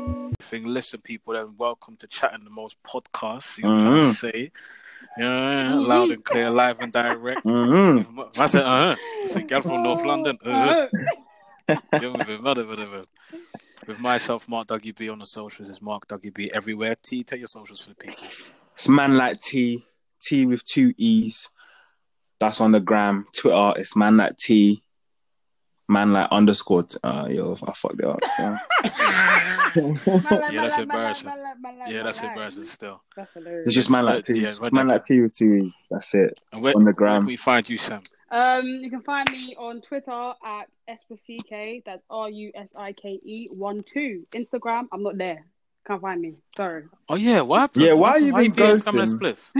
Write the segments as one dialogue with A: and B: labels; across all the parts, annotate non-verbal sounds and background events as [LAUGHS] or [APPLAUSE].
A: everything. Listen, people, and welcome to Chatting the Most podcast. You know what I'm
B: Mm-hmm.
A: trying to say? Yeah, loud and clear, live and direct.
B: Mm-hmm.
A: I said, uh huh. I said, girl from North London.
C: Oh,
A: Uh-huh. Yeah, with, him, mother, mother, mother. with myself, Mark Dougie B on the socials. It's Mark Dougie B everywhere. T, tell your socials for the people.
B: It's man like T, T with two E's. That's on the gram. Twitter, it's man like T, man like underscore. T- uh, yo, I fucked it up. Still.
C: oh.
B: [LAUGHS]
A: Yeah, that's embarrassing. Yeah, that's embarrassing still.
B: It's just man like T.
A: Yeah,
B: It's
A: man
B: man
A: like-
B: like T with two E's. That's it.
A: And where,
B: On the
A: where
B: gram.
A: can we find you, Sam?
C: Um, you can find me on Twitter at SPCK, that's R U S I K E 1 2. Instagram, I'm not there. Can't find me. Sorry.
A: Oh, yeah, what happened?
B: Yeah, why are you
A: why
B: being
A: being Sam and
B: ghosting?
A: Spliff?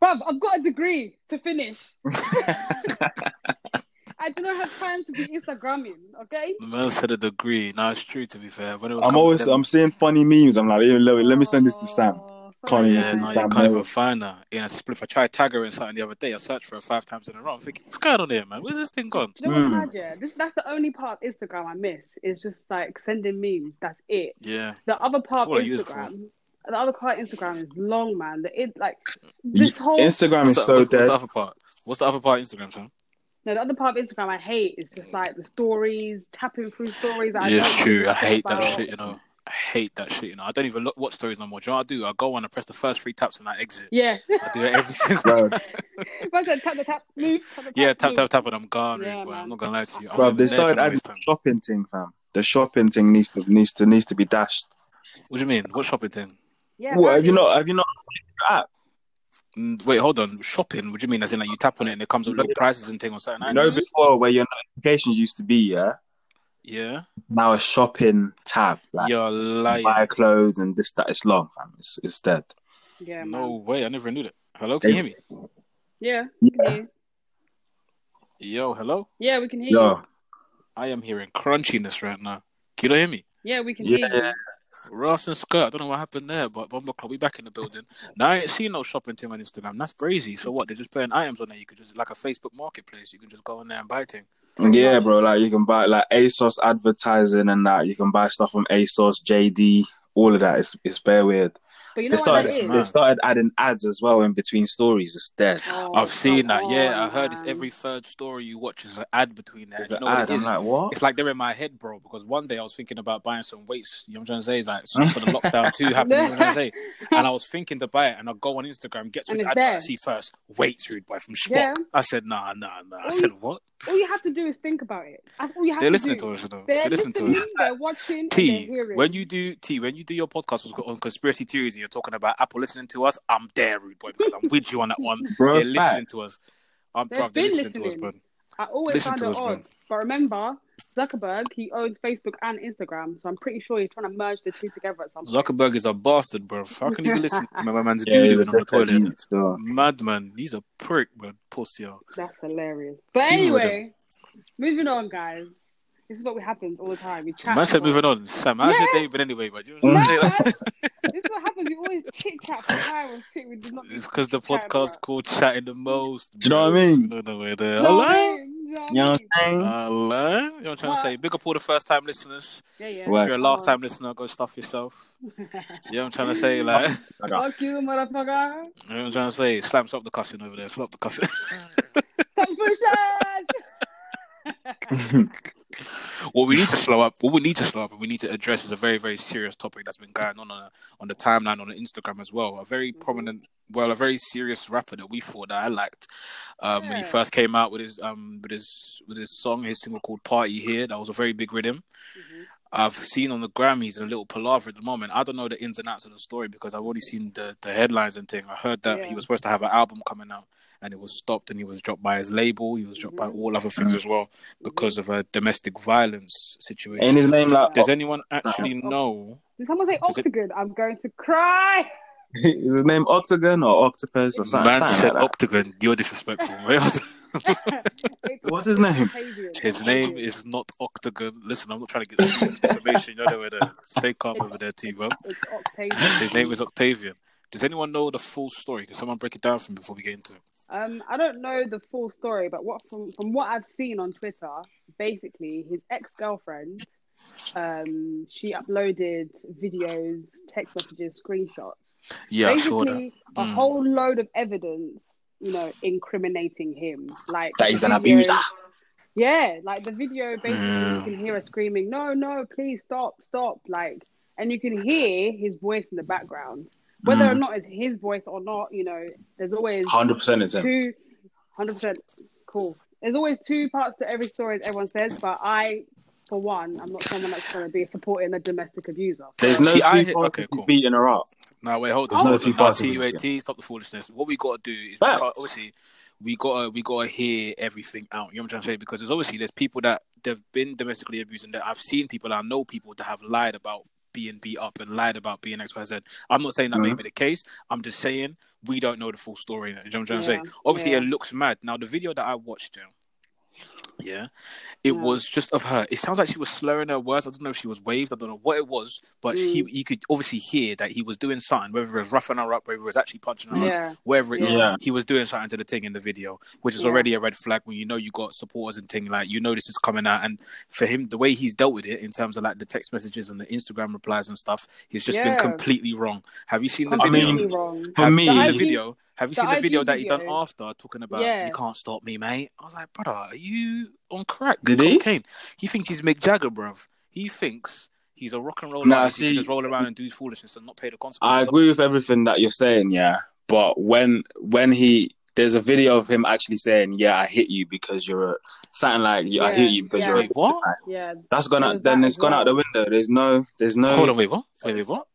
C: Bruv, I've got a degree to finish.
B: [LAUGHS]
C: I do not have time to be Instagramming, okay?
A: The man said a degree. Now it's true, to be fair. When it
B: I'm
A: comes
B: always
A: to them-
B: I'm seeing funny memes. I'm like, hey, let, let me send this to Sam.
C: Oh,
B: Can't
C: sorry.
B: even
A: yeah,
B: see
A: no, you
B: Sam
A: can't
B: Merrill.
A: even find her in a spliff. I tried tag her in something the other day. I searched for her five times in a row. I'm thinking, what's going on here, man? Where's this thing gone?
C: Do you know what's
B: Hmm.
C: mad, yeah? This that's the only part of Instagram I miss. It's just like sending memes. That's it.
A: Yeah,
C: The other part
A: what
C: of
A: I use it for.
C: Instagram, the other part of Instagram is long, man. The it like this whole
B: Instagram
A: what's, the,
B: is
A: what's,
B: so
A: what's
B: dead.
A: the other part? What's the other part? Of Instagram, Sam?
C: no, the other part of Instagram I hate is just like the stories, tapping through stories. That I
A: Yeah, it's
C: don't
A: true.
C: really
A: I hate that
C: care
A: shit. You know, I hate that shit. You know, I don't even look, watch stories no more. Do you know what I do? I go on and press the first three taps and I exit.
C: Yeah. [LAUGHS]
A: I do it every [LAUGHS] single
B: Bro,
A: time.
C: If I said tap the tap, move, tap the tap,
A: Yeah, tap
C: move.
A: tap tap, and I'm gone. really,
C: Yeah,
A: boy. I'm
C: man.
A: not gonna lie to you. I'm
B: bro,
A: not even
B: they
A: there
B: started
A: trying to
B: adding
A: waste time.
B: shopping thing, fam. The shopping thing needs to needs to needs to be dashed.
A: What do you mean? What shopping thing?
C: Yeah,
B: what have you
C: apparently-
B: not? Have you not?
A: Mm, Wait, hold on. Shopping? What do you mean? As in, like you tap on it and it comes up little prices and thing on certain
B: You know
A: items?
B: before where your notifications used to be, yeah.
A: Yeah,
B: Now a shopping tab, like
A: you're lying.
B: buy clothes and this that. It's long, fam. It's it's dead.
C: Yeah, man.
A: No way, I never knew that. Hello, can you hear me?
C: Yeah.
B: Yeah.
C: Yeah.
A: Yo, hello.
C: yeah, we can hear
B: Yo,
C: you.
A: I am hearing crunchiness right now. Can you hear me?
C: Yeah, we can
B: Yeah.
C: hear you.
A: Ross and Skirt, I don't know what happened there, but Bumble Club, we back in the building. Now I ain't seen no shopping thing on Instagram. That's crazy. So what? They're just putting items on there. You could just like a Facebook marketplace. You can just go on there and buy things.
B: yeah, bro. Like you can buy like ASOS advertising and that. You can buy stuff from ASOS, JD, all of that. It's it's bare weird.
C: But you
B: they
C: know what
B: started
C: that is?
A: man.
B: they started adding ads as well in between stories. It's dead.
C: Oh,
A: I've seen that.
C: come
A: Yeah, I
C: on,
A: heard it's
C: man.
A: every third story you watch is an ad between there.
B: It's
A: You
B: an
A: know what
B: ad.
A: it is?
B: I'm like, what?
A: It's like they're in my head, bro. Because one day I was thinking about buying some weights. You know what I'm trying to say? Like for the lockdown two happening. You know what I'm
C: [LAUGHS]
A: trying to say? And I was thinking to buy it, and I go on Instagram, get to
C: And
A: the
C: it's
A: advert,
C: there.
A: I see first weights rude boy from Spock.
C: Yeah.
A: I said, nah, nah, nah. I
C: Oh,
A: said, what?
C: All you have to do is think about it. That's all you have
A: They're
C: to
A: listening
C: do.
A: to us, you know.
C: They're,
A: They're listening to
C: listening,
A: us.
C: they're watching, and they're
A: T,
C: hearing.
A: when you do T, when you do your podcast on- on conspiracy theories and you're talking about Apple listening to us, I'm there, rude boy, because I'm with you on that
C: [LAUGHS]
A: one.
B: Bro,
A: they're
B: fact.
A: listening to us. I'm
C: They've
A: bro, they're
C: been
A: listening, to us, bro.
C: listening. I always
A: listen
C: find
A: to
C: it
A: us, man.
C: odd. But remember, Zuckerberg, he owns Facebook and Instagram, so I'm pretty sure he's trying to merge the two together at some point.
A: Zuckerberg is a bastard, bro. How can you be
C: [LAUGHS]
A: listening to my man's
B: Yeah,
A: dude on
B: it's a
A: the
B: different
A: toilet?
B: beat still.
A: Madman, he's a prick, man. Pussy. yo.
C: That's hilarious. But
A: See you with
C: anyway, moving on, guys. This is what happens all the time. We chat.
A: Man said
C: for-
A: moving on. Sam, how's
C: Yeah.
A: your day been anyway, bro? Do you know
B: Mm.
A: [LAUGHS]
C: No,
A: what I'm saying?
C: man. this is what happens. You always chit chat for hours. Shit, we did not.
A: It's because the
C: Chatting
A: podcast
C: about-
A: called Chatting the Most.
B: Do you know what I
A: bro.
B: mean?
A: You don't know where they are.
C: No,
A: Hello?
C: no, no,
B: You know what
C: no.
B: I'm saying?
A: Hello? You know what I'm trying to
C: What? Oh.
A: say? Big up all the first time listeners.
C: Yeah, yeah.
B: Well,
A: If you're a last time listener, go stuff
C: [LAUGHS]
A: yourself. You know what I'm trying to say? Like, you
C: Fuck you, motherfucker.
A: know what I'm trying to say? Slam, stop the cussing over there. Stop the cussing.
C: Some push-ups.
A: [LAUGHS]
B: [LAUGHS]
A: what we need to slow up, what we need to slow up, and we need to address is a very, very serious topic that's been going on on, a, on the timeline on the Instagram as well. A
C: Mm-hmm.
A: very prominent, well, a very serious rapper that we thought that I liked um, when he
C: Yeah.
A: first came out with his um with his with his song, his single called "Party Here." That was a very big rhythm.
C: Mhm.
A: I've seen on the Grammys in a little palaver at the moment. I don't know the ins and outs of the story because I've only seen the, the headlines and thing. I heard that he
C: Yeah.
A: was supposed to have an album coming out and it was stopped and he was dropped by his label. He was dropped by
C: Mhm.
A: all other things as well [LAUGHS] because of a domestic violence situation.
B: Ain't his name like
A: Does anyone actually know?
C: Did someone say
A: Is it-
C: octagon? I'm going to cry.
B: is his name Octagon or Octopus or something?
A: Man
B: something
A: said
B: like that.
A: Octagon. You're disrespectful. mate.
C: It's
B: What's his name?
C: Octavian.
A: His name is not Octagon. Listen, I'm not trying to get serious information. You're over there. Stay calm over there, T-Bro.
C: It's Octavian.
A: His name is Octavian. Does anyone know the full story? Can someone break it down for me before we get into it?
C: Um, I don't know the full story, but what from from what I've seen on Twitter, basically his ex girlfriend Um, she uploaded videos, text messages, screenshots.
A: Yeah, I saw that.
C: Basically, a
A: Mm.
C: whole load of evidence, you know, incriminating him. Like
B: That he's an
C: videos-
B: abuser.
C: Yeah, like the video basically,
A: Mm.
C: you can hear her screaming, "No, no, please stop, stop!" Like, and you can hear his voice in the background. Whether or
A: Mm.
C: not it's his voice or not, you know, there's always
B: Hundred percent is him.
C: two, hundred percent cool. There's always two parts to every story, as everyone says. But I, for one, I'm not someone that's going to be supporting a domestic abuser.
B: There's no
A: See,
B: two
A: I
B: I,
A: hit- okay, cool.
B: beating her up.
A: No, wait, hold
C: Oh.
A: on. hold
B: Another
A: on.
B: two
A: No,
B: passes,
A: T, wait,
B: yeah.
A: T, stop the foolishness. What we gotta do is
B: Facts.
A: because obviously we gotta we gotta hear everything out. You know what I'm trying to say? Because there's obviously there's people that they've been domestically abused and that I've seen people I know people that have lied about being beat up and lied about being X, Y, Z. I'm not saying that may
B: Mhm.
A: be the case. I'm just saying we don't know the full story. You know what I'm trying
C: Yeah,
A: to say? Obviously
C: yeah.
A: it looks mad. Now the video that I watched yeah, yeah, it
C: Yeah.
A: was just of her. It sounds like she was slurring her words. I don't know if she was waved. I don't know what it was, but
C: Mm.
A: he you could obviously hear that he was doing something, whether it was roughing her up, whether it was actually punching her, up,
C: Yeah,
A: whether it is,
B: Yeah.
A: he was doing something to the thing in the video, which is
C: Yeah.
A: already a red flag when you know you got supporters and thing like you know this is coming out. And for him, the way he's dealt with it in terms of like the text messages and the Instagram replies and stuff, he's just been
C: Yeah.
A: completely wrong. Have you seen the video?
C: completely
B: mean,
C: wrong.
B: For
A: Have
B: me,
A: you seen the
C: IG
A: video? Have you
C: the
A: seen the
C: IG
A: video that he done
C: video.
A: after talking about
C: Yeah.
A: you can't stop me, mate? I was like, brother, are you on crack?
B: Did he?
A: Cocaine? He thinks he's Mick Jagger, bruv. He thinks he's a rock and roller.
B: Nah,
A: Nah, he
B: see-
A: can just roll around and do foolishness and not pay the consequences.
B: I agree with everything that you're saying, yeah. But when when he there's a video of him actually saying, "Yeah, I hit you because you're a something like yeah, I
C: Yeah,
B: hit you because
C: yeah.
B: you're." A,
A: Wait, what?
C: Yeah,
B: that's gone
C: There was
B: out. Then
C: that
B: it's
C: as
B: gone out the
C: well.
B: window. There's no. There's no.
A: Hold on, wait, what? Wait, wait, what?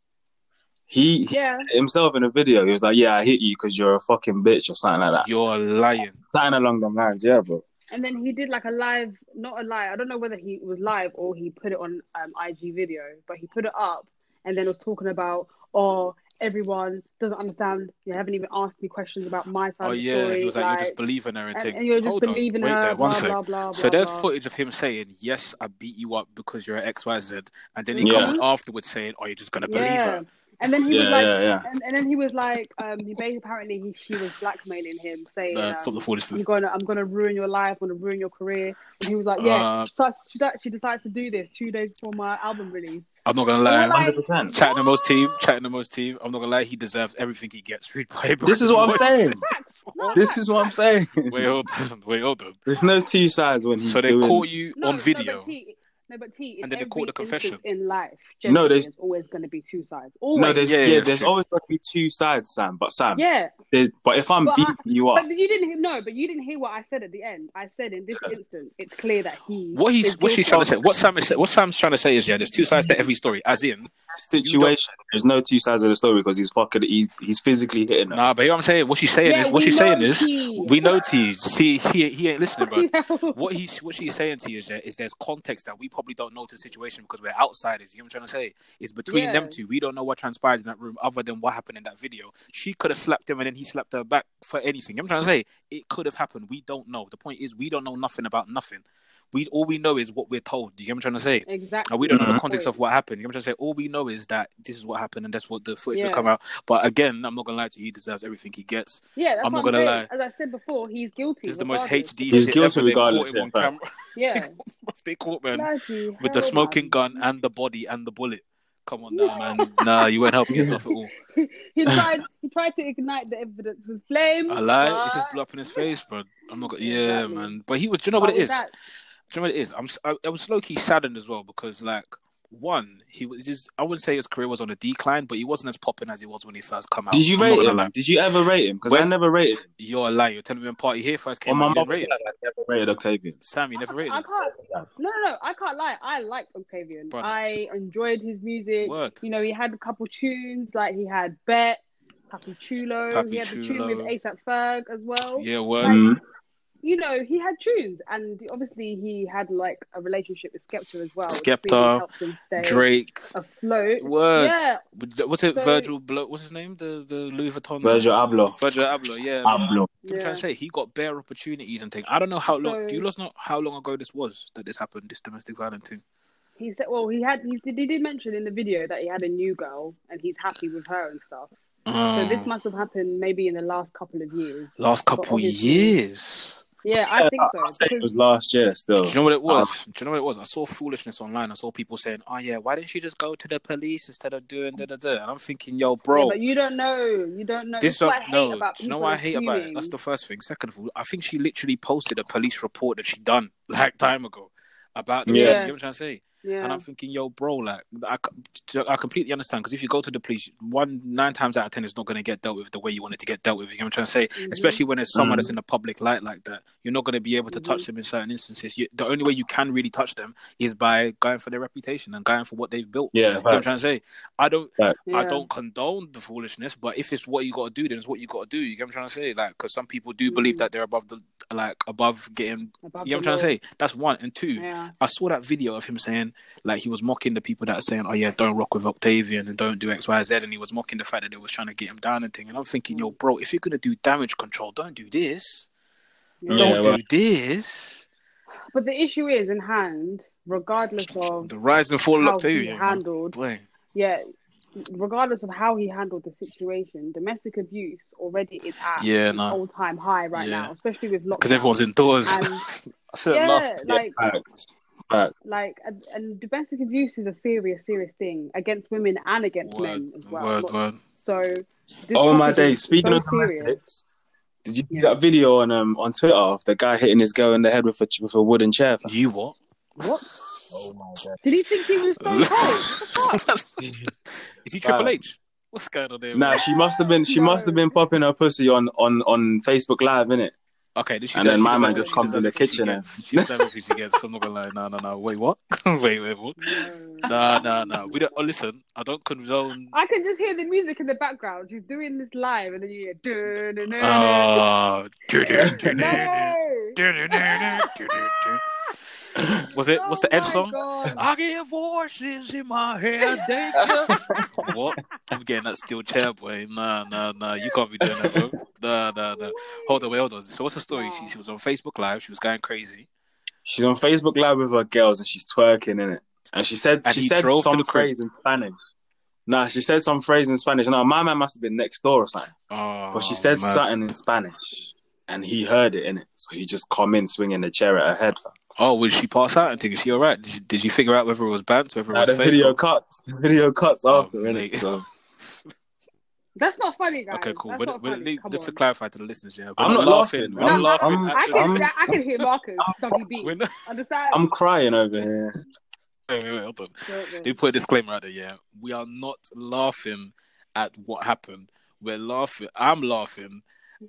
B: He, he
C: yeah.
B: himself in a video. He was like, "Yeah, I hit you because you're a fucking bitch" or something like that.
A: You're lying.
B: Something along them lines, yeah, bro.
C: And then he did like a live, not a live. I don't know whether he was live or he put it on um, IG video, but he put it up and then was talking about, oh, everyone doesn't understand. You haven't even asked me questions about my side
A: Oh
C: of the
A: yeah,
C: story.
A: he was like,
C: like,
A: you're just believing her and
C: and,
A: thing.
C: and you're just
A: Hold on,
C: believing
A: wait
C: her.
A: there, one
C: blah,
A: sec.
C: blah blah
A: So
C: blah,
A: there's
C: blah.
A: footage of him saying, "Yes, I beat you up because you're X, Y, Z," and then he
B: Yeah.
A: come afterwards saying, "Oh, you're just gonna believe
C: Yeah.
A: her."
C: And then he was
B: Yeah,
C: like,
B: yeah, yeah.
C: And, and then he was like, um, he basically apparently he, she was blackmailing him, saying,
A: Nah, stop
C: um,
A: the foolishness.
C: I'm gonna I'm gonna ruin your life, I'm gonna ruin your career. And he was like, yeah.
A: Uh,
C: so she, she decides to do this two days before my album release.
A: I'm not gonna lie.
C: Or like-
B: percent.
A: Chatting the most team, chatting the most team. I'm not gonna lie, he deserves everything he gets. [LAUGHS] Read by
B: This is what I'm saying.
C: Facts. No,
B: This is what I'm saying.
A: Wait, hold on. Wait, hold on.
B: There's no two sides when he's
A: So they
B: doing.
A: caught you
C: no,
A: on
C: No,
A: video.
C: but T, no, but T,
A: And
C: and
A: then
C: then
A: they
C: every
A: caught the confession.
C: instance in life,
B: No,
C: no,
B: there's-
C: there's always going to be two sides.
B: No,
C: Always.
B: there's
A: Yeah,
B: yeah,
A: yeah, that's
B: there's
A: true.
B: always going to be two sides, Sam. But Sam,
C: yeah,
B: there's, but if I'm
C: But I-
B: beating you up,
C: but you didn't hear, no, but you didn't hear what I said at the end. I said
A: [LAUGHS]
C: in this instance, it's clear that he.
A: What he's
C: is
A: what she's trying to
C: guilty.
A: say. What Sam is what Sam's trying to say is yeah, there's two sides to every story. As in,
B: situation. There's no two sides of the story because he's fucking he's, he's physically hitting her.
A: nah, but you know what I'm saying. What she's saying
C: Yeah,
A: is what
C: we
A: she's
C: know
A: saying is
C: he-
A: we know T. See, he he ain't listening, bro.
C: [LAUGHS] Yeah.
A: what he's what she's saying to you is, that- is there's context that we probably don't know to the situation because we're outsiders. You know what I'm trying to say? It's between them
C: Yeah.
A: two. We don't know what transpired in that room other than what happened in that video. She could have slapped him and then he slapped her back for anything. You know what I'm trying to say? It could have happened. We don't know. The point is we don't know nothing about nothing. We all we know is what we're told. You know what I'm trying to say?
C: Exactly.
A: And we don't know the
B: Mhm.
A: context of what happened. You know what I'm trying to say? All we know is that this is what happened and that's what the footage will
C: Yeah.
A: come out. But again, I'm not gonna lie to you, he deserves everything he gets.
C: Yeah, that's
A: I'm
C: what
A: not
C: I'm
A: gonna
C: saying. As I said before, he's guilty.
A: This is the most
C: regardless.
A: HD
B: He's
A: shit
B: guilty
A: ever. They caught
B: regardless,
A: him on
B: yeah,
A: camera. [LAUGHS]
C: Yeah.
A: they caught man
C: Bloody
A: with the
C: hell,
A: smoking
C: man.
A: gun and the body and the bullet. Come on now, man. Nah, you weren't helping yourself at
C: [LAUGHS]
A: all.
C: he tried. He tried to ignite the evidence with flames.
A: I lied. It
C: but-
A: just blew up in his face, bro. I'm not. Gonna, yeah,
C: Exactly.
A: man. But he was. Do you know what
C: but
A: it
C: with
A: is?
C: that-
A: do you know what it is? I'm s- I, I was low key saddened as well because like one, he was his I wouldn't say his career was on a decline, but he wasn't as popping as he was when he first come out.
B: Did you
A: I'm not
B: rate
A: gonna
B: him?
A: lie.
B: Did you ever rate him? Because I
A: When-
B: never rated him.
A: You're a liar. You're telling me when Party Here first came
B: On
A: out,
B: Oh, my
A: you didn't
B: mom's
A: rate
B: side,
A: him.
B: I never rated Octavian.
A: Sam, you never rated
C: I
A: him.
C: can't. No, no, no. I can't lie. I liked Octavian.
A: Brother.
C: I enjoyed his music.
A: Word.
C: You know, he had a couple tunes. Like he had Bet, Papi Chulo.
A: Papi
C: he had the tune with
A: Chulo.
C: ASAP Ferg as well.
A: Yeah, word.
C: Like,
B: Mhm.
C: You know, he had tunes, and obviously he had like a relationship with Skepta as well. which
A: Skepta,
C: really helped him stay
A: Drake.
C: afloat.
A: Word.
C: Yeah,
A: What's it?
C: So-
A: Virgil. Blo- what's his name? The the Louis Vuitton.
B: Virgil Abloh.
A: Virgil Abloh. Yeah. man.
B: Abloh.
A: I'm
C: yeah.
A: trying to say he got bare opportunities and things. I don't know how long.
C: So-
A: do you lot know how long ago this was that this happened? This domestic violence thing.
C: He said, well, he had he did, he did mention in the video that he had a new girl and he's happy with her and stuff. So this
A: Mm.
C: must have happened maybe in the last couple of years.
A: last
C: but
A: couple
C: obviously-
A: years.
C: Yeah, I think so.
B: I said it
C: because-
B: was last year still.
A: Do you know what it was? Do you know what it was? I saw foolishness online. I saw people saying, "Oh yeah, why didn't you just go to the police instead of doing da da da?" And I'm thinking, "Yo, bro,
C: Yeah, but you don't know. You don't know.
A: this
C: This is what I
A: don't-
C: hate
A: no.
C: about
A: Do you know
C: people
A: what I hate about it? That's
C: assuming-
A: the first thing. Second of all, I think she literally posted a police report that she done like time ago about this.
B: Yeah.
A: You know what I'm trying to say?
C: yeah.
A: And I'm thinking, yo, bro, like, I, c- I completely understand because if you go to the police, one nine times out of ten, it's not going to get dealt with the way you want it to get dealt with. You know what I'm trying to say?
C: Mhm.
A: Especially when it's someone
B: Mm.
A: that's in the public light like that, you're not going to be able to
C: Mm-hmm.
A: touch them in certain instances. You, the only way you can really touch them is by going for their reputation and going for what they've built.
B: Yeah,
A: You know what I'm
B: facts.
A: trying to say? I don't, I
C: Yeah.
A: don't condone the foolishness, but if it's what you got to do, then it's what you got to do. You get what I'm trying to say? Like, because some people do believe
C: Mm.
A: that they're above the, like, above getting.
C: Above
A: You know what
C: the
A: I'm trying to
C: law.
A: say? That's one and two.
C: Yeah.
A: I saw that video of him saying, like, he was mocking the people that are saying, oh, yeah, don't rock with Octavian and don't do X, Y, Z. And he was mocking the fact that they was trying to get him down and thing. And I'm thinking, yo, bro, if you're going to do damage control, don't do this.
C: yeah.
A: Don't
B: Yeah,
A: do
B: well-
A: this.
C: But the issue is in hand, regardless of
A: The rise and fall of
C: how he
A: Octavian. man.
C: handled
A: Boy.
C: yeah, regardless of how he handled the situation, domestic abuse already is at
A: Yeah,
C: an
A: no.
C: all time high right
A: Yeah.
C: now, especially with lockdown.
A: Because everyone's indoors.
C: And-
A: I said
C: yeah,
A: laughed.
C: like
B: Yeah, facts. Facts.
C: like and, and domestic abuse is a serious, serious thing against women and against men as
A: Word,
C: well.
A: word,
C: Look,
A: word.
C: So this
B: Oh my
C: topic is
B: day! Speaking
C: so
B: of domestics, did you see
C: Yeah.
B: that video on um on Twitter of the guy hitting his girl in the head with a with a wooden chair? fam?
A: You what?
C: What?
B: Oh my god!
C: Did he think he was
A: [LAUGHS]
C: so cold? What the fuck?
A: Is he Triple H? What's going on there?
B: Nah, she must have been she must have
C: No.
B: been popping her pussy on on on Facebook Live, innit?
A: Okay, this she
B: And
A: does-
B: then
A: she
B: my
A: does
B: man
A: everything-
B: just
A: she
B: comes
A: does
B: in the
A: everything she
B: kitchen
A: gets. She does everything she gets. I'm not gonna lie. No, no, no. Wait, what? wait, wait, what?
C: No.
A: Nah, nah, nah. We don't. Oh, listen, I don't
C: [LAUGHS]
A: condone.
C: I can just hear the music in the background. She's doing this live, and then you hear. "Dun, dun, dun, dun."
A: Uh, do, do, do, do, do,
C: No!
A: do, do, do, do, do, do. was it? What's the
C: Oh
A: Ed
C: my
A: song?
C: God.
A: I get voices in my head. They
C: [LAUGHS]
A: come- what? I'm getting that steel chair, boy. Nah, nah, nah. You can't be doing that, bro. Nah, nah, nah. Hold on, wait, hold on. So what's the story? She, she was on Facebook Live. She was going crazy.
B: She's on Facebook Live with her girls and she's twerking in it. And she said
A: And
B: she
A: he
B: said
A: drove to
B: some
A: the crib.
B: phrase in Spanish. Nah, she said some phrase in Spanish. No, my man must have been next door or something.
A: Oh,
B: But she said
A: man.
B: something in Spanish, and he heard it in it. So he just come in swinging the chair at her head. Fam.
A: Oh, would she pass out and think is she all right? Did you, did you figure out whether it was banned, whether it
B: Now
A: was
B: the
A: fake?
B: video cuts. [LAUGHS] The video cuts
A: Oh,
B: after innit?
A: mate.
B: So
C: That's not funny, guys.
A: Okay, cool.
C: That's
A: We're-
C: not
A: we're-
C: funny.
A: leave-
C: Come
A: just to
C: on.
A: clarify to the listeners, yeah, we're
B: I'm
A: not,
B: not
A: laughing.
B: laughing.
A: We're
C: No,
A: not
C: I'm
A: laughing.
B: I'm-
A: at
C: I
A: the-
C: can,
B: I'm-
C: I
A: [LAUGHS]
C: can hear Marcus,
A: um,
C: WB.
A: we're not-
C: Understand?
A: um,
B: I'm crying over here.
A: wait, wait, wait, hold on.
C: Don't
A: Let me
C: worry. [LAUGHS]
A: put a disclaimer out there. Yeah, we are not laughing at what happened. We're laughing. I'm laughing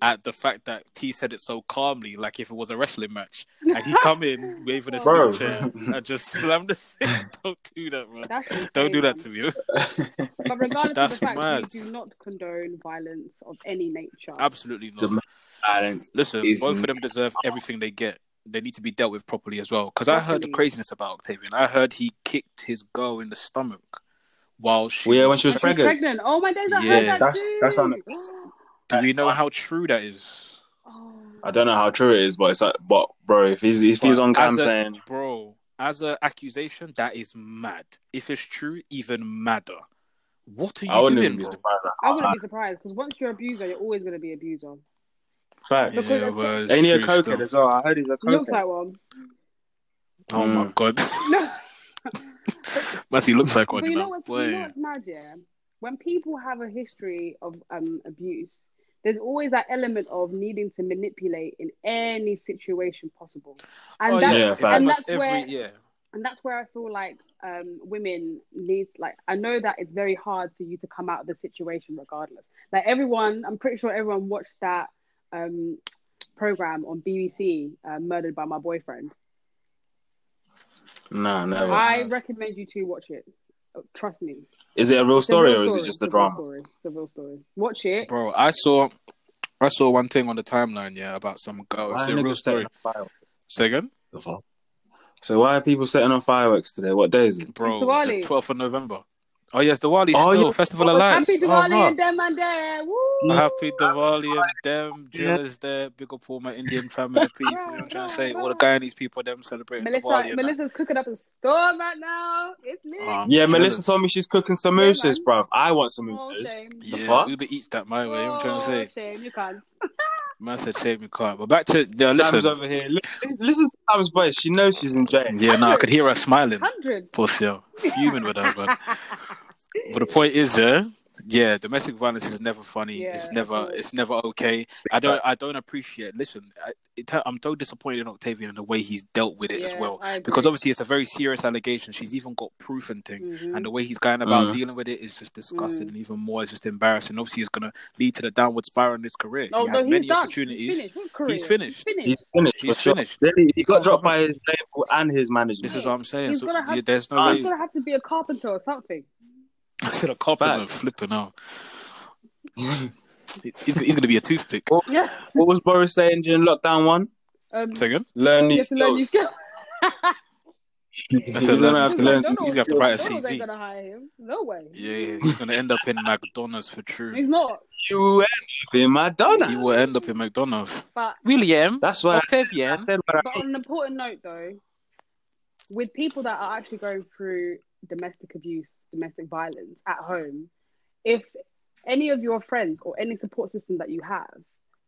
A: at the fact that T said it so calmly, like if it was a wrestling match, and he come [LAUGHS] in waving a steel
B: Bro. [LAUGHS]
A: chair and just slammed the [LAUGHS] thing. Don't do that, bro.
C: That's insane,
A: Don't do that
C: man.
A: to me.
C: But regardless
A: That's
C: of the fact,
A: mad.
C: we do not condone violence of any nature.
A: Absolutely not.
B: The Silence.
A: Listen,
B: is-
A: both of them deserve everything they get. They need to be dealt with properly as well. Because I heard the
C: Definitely.
A: craziness about Octavian. I heard he kicked his girl in the stomach while she.
B: Well, yeah, when she was
C: She's
B: pregnant.
C: pregnant. Oh my days, I
A: Yeah.
C: heard that
B: That's-
C: too.
B: that's on-
A: Do we know how true that is,
C: [GASPS] Oh.
B: I don't know how true it is, but it's like, but bro, if he's if he's
A: But
B: on
A: as
B: cam
A: a-
B: saying,
A: bro? As an accusation, that is mad. If it's true, even madder. What are
B: I
A: you
B: wouldn't
A: doing,
B: even be
A: bro?
B: surprised. Like,
C: I wouldn't be surprised because once you're an abuser, you're always going to be an abuser.
B: facts.
C: Because
A: Yeah,
C: it's-
A: well, it's
B: Ain't he a
A: true
B: cokehead as
A: still.
B: well? I heard he's a
C: He looks
B: cokehead.
C: like one. [LAUGHS]
A: Oh my
B: Mm.
A: god, [LAUGHS]
C: No,
A: that's he looks like
C: but
A: one.
C: you
A: You
C: know
A: know,
C: what's you know
A: Boy.
C: what's mad, yeah? When people have a history of um abuse, there's always that element of needing to manipulate in any situation possible, and
A: Oh,
C: that's
B: Yeah,
A: in
B: facts.
A: almost
C: and that's
A: every-
C: where-
A: yeah.
C: and that's where I feel like um, women need like I know that it's very hard for you to come out of the situation regardless. Like everyone, I'm pretty sure everyone watched that um, program on BBC, uh, Murdered by My Boyfriend.
B: No,
A: Ah.
B: no.
C: I
A: nice.
C: recommend you to watch it. Oh, Trust me.
B: Is it a real
C: It's a
B: story
C: real
B: or is it just a
C: It's real
B: drama?
C: story. It's a real story. Watch it.
A: Bro, I saw, I saw one thing on the timeline, yeah, about some girl. It's a real story. Say again.
B: So why are people setting on fireworks today? What day is it?
A: Bro,
C: Diwali.
A: the 12th of November. Oh, yes, Diwali
B: Oh,
A: still,
B: yeah. Uh-huh.
A: Festival of Lights.
C: Happy
A: Oh,
C: Diwali
A: right.
C: and them and there. Woo!
A: Happy Diwali and them
B: Yeah.
A: drillers there, big up all my Indian family people, you know what I'm trying to say? All the Guyanese people, them celebrating Diwali.
C: Melissa,
A: and
C: Melissa's cooking up a storm right now. It's lit.
A: that. Oh, I'm
B: Yeah,
A: jealous.
B: Melissa told me she's cooking
C: Yeah,
B: samosas,
C: man.
B: bruv. I want samosas.
C: Oh, shame.
B: The
A: Yeah,
B: fuck?
A: Uber eats that my way, you know what I'm trying to say?
C: Oh, shame. You can't.
A: Man said save me car. But back to yeah,
B: Sam's
A: listen.
B: over here. Look, Listen, listen to Sam's voice. She knows she's in jail.
A: Yeah, no, I could hear her smiling.
C: Hundred.
A: Pussy, yo. fuming with her,
C: [LAUGHS]
A: man. But the point is, uh, yeah, domestic violence is never funny.
C: Yeah,
A: it's
C: of
A: never,
C: course.
A: it's never okay. I don't, I don't appreciate. Listen, I, it, I'm so disappointed in Octavian and the way he's dealt with it as
C: Yeah,
A: well.
C: I agree.
A: Because obviously, it's a very serious allegation. She's even got proof and thing,
C: Mhm.
A: and the way he's going about
B: Mhm.
A: dealing with it is just disgusting,
C: Mm.
A: and even more, it's just embarrassing. Obviously, it's gonna lead to the downward spiral in his career. he
C: Oh, no,
A: had
C: he's
A: many
C: done.
A: opportunities.
C: He's finished. His career.
A: He's finished.
C: He's
B: He's finished.
A: He's
B: for sure.
A: finished.
B: Then he, he
C: Oh,
B: got dropped by his label and his
A: This
B: management.
A: is what I'm saying.
C: He's
A: So,
C: gonna have-
A: yeah, there's no
B: He's
A: way.
C: He's gonna have to be a carpenter or something.
A: [LAUGHS] I said a cop
B: Facts.
A: and flipping
B: [LAUGHS]
A: out. He's, he's gonna be a toothpick.
C: Yeah.
B: what was Boris saying during lockdown one?
C: Um,
A: Second,
B: Learn
C: you
B: new
C: have to learn new
B: skills. [LAUGHS]
C: [LAUGHS] skills.
A: I
B: He's
A: said
B: gonna
A: learn
B: have
A: new
B: to learn
A: skills.
B: some.
A: He's gonna have to write a
C: Donald ain't
A: CV.
C: gonna hire him. No way.
A: yeah, he's gonna end up in McDonald's for
C: He's
A: true.
C: not.
B: You will end up in Madonna.
A: He will end up in McDonald's.
C: But
A: William,
B: That's why I
A: Octavian.
B: said what
C: but
B: I
C: on an important note though, with people that are actually going through domestic abuse, domestic violence at home, if any of your friends or any support system that you have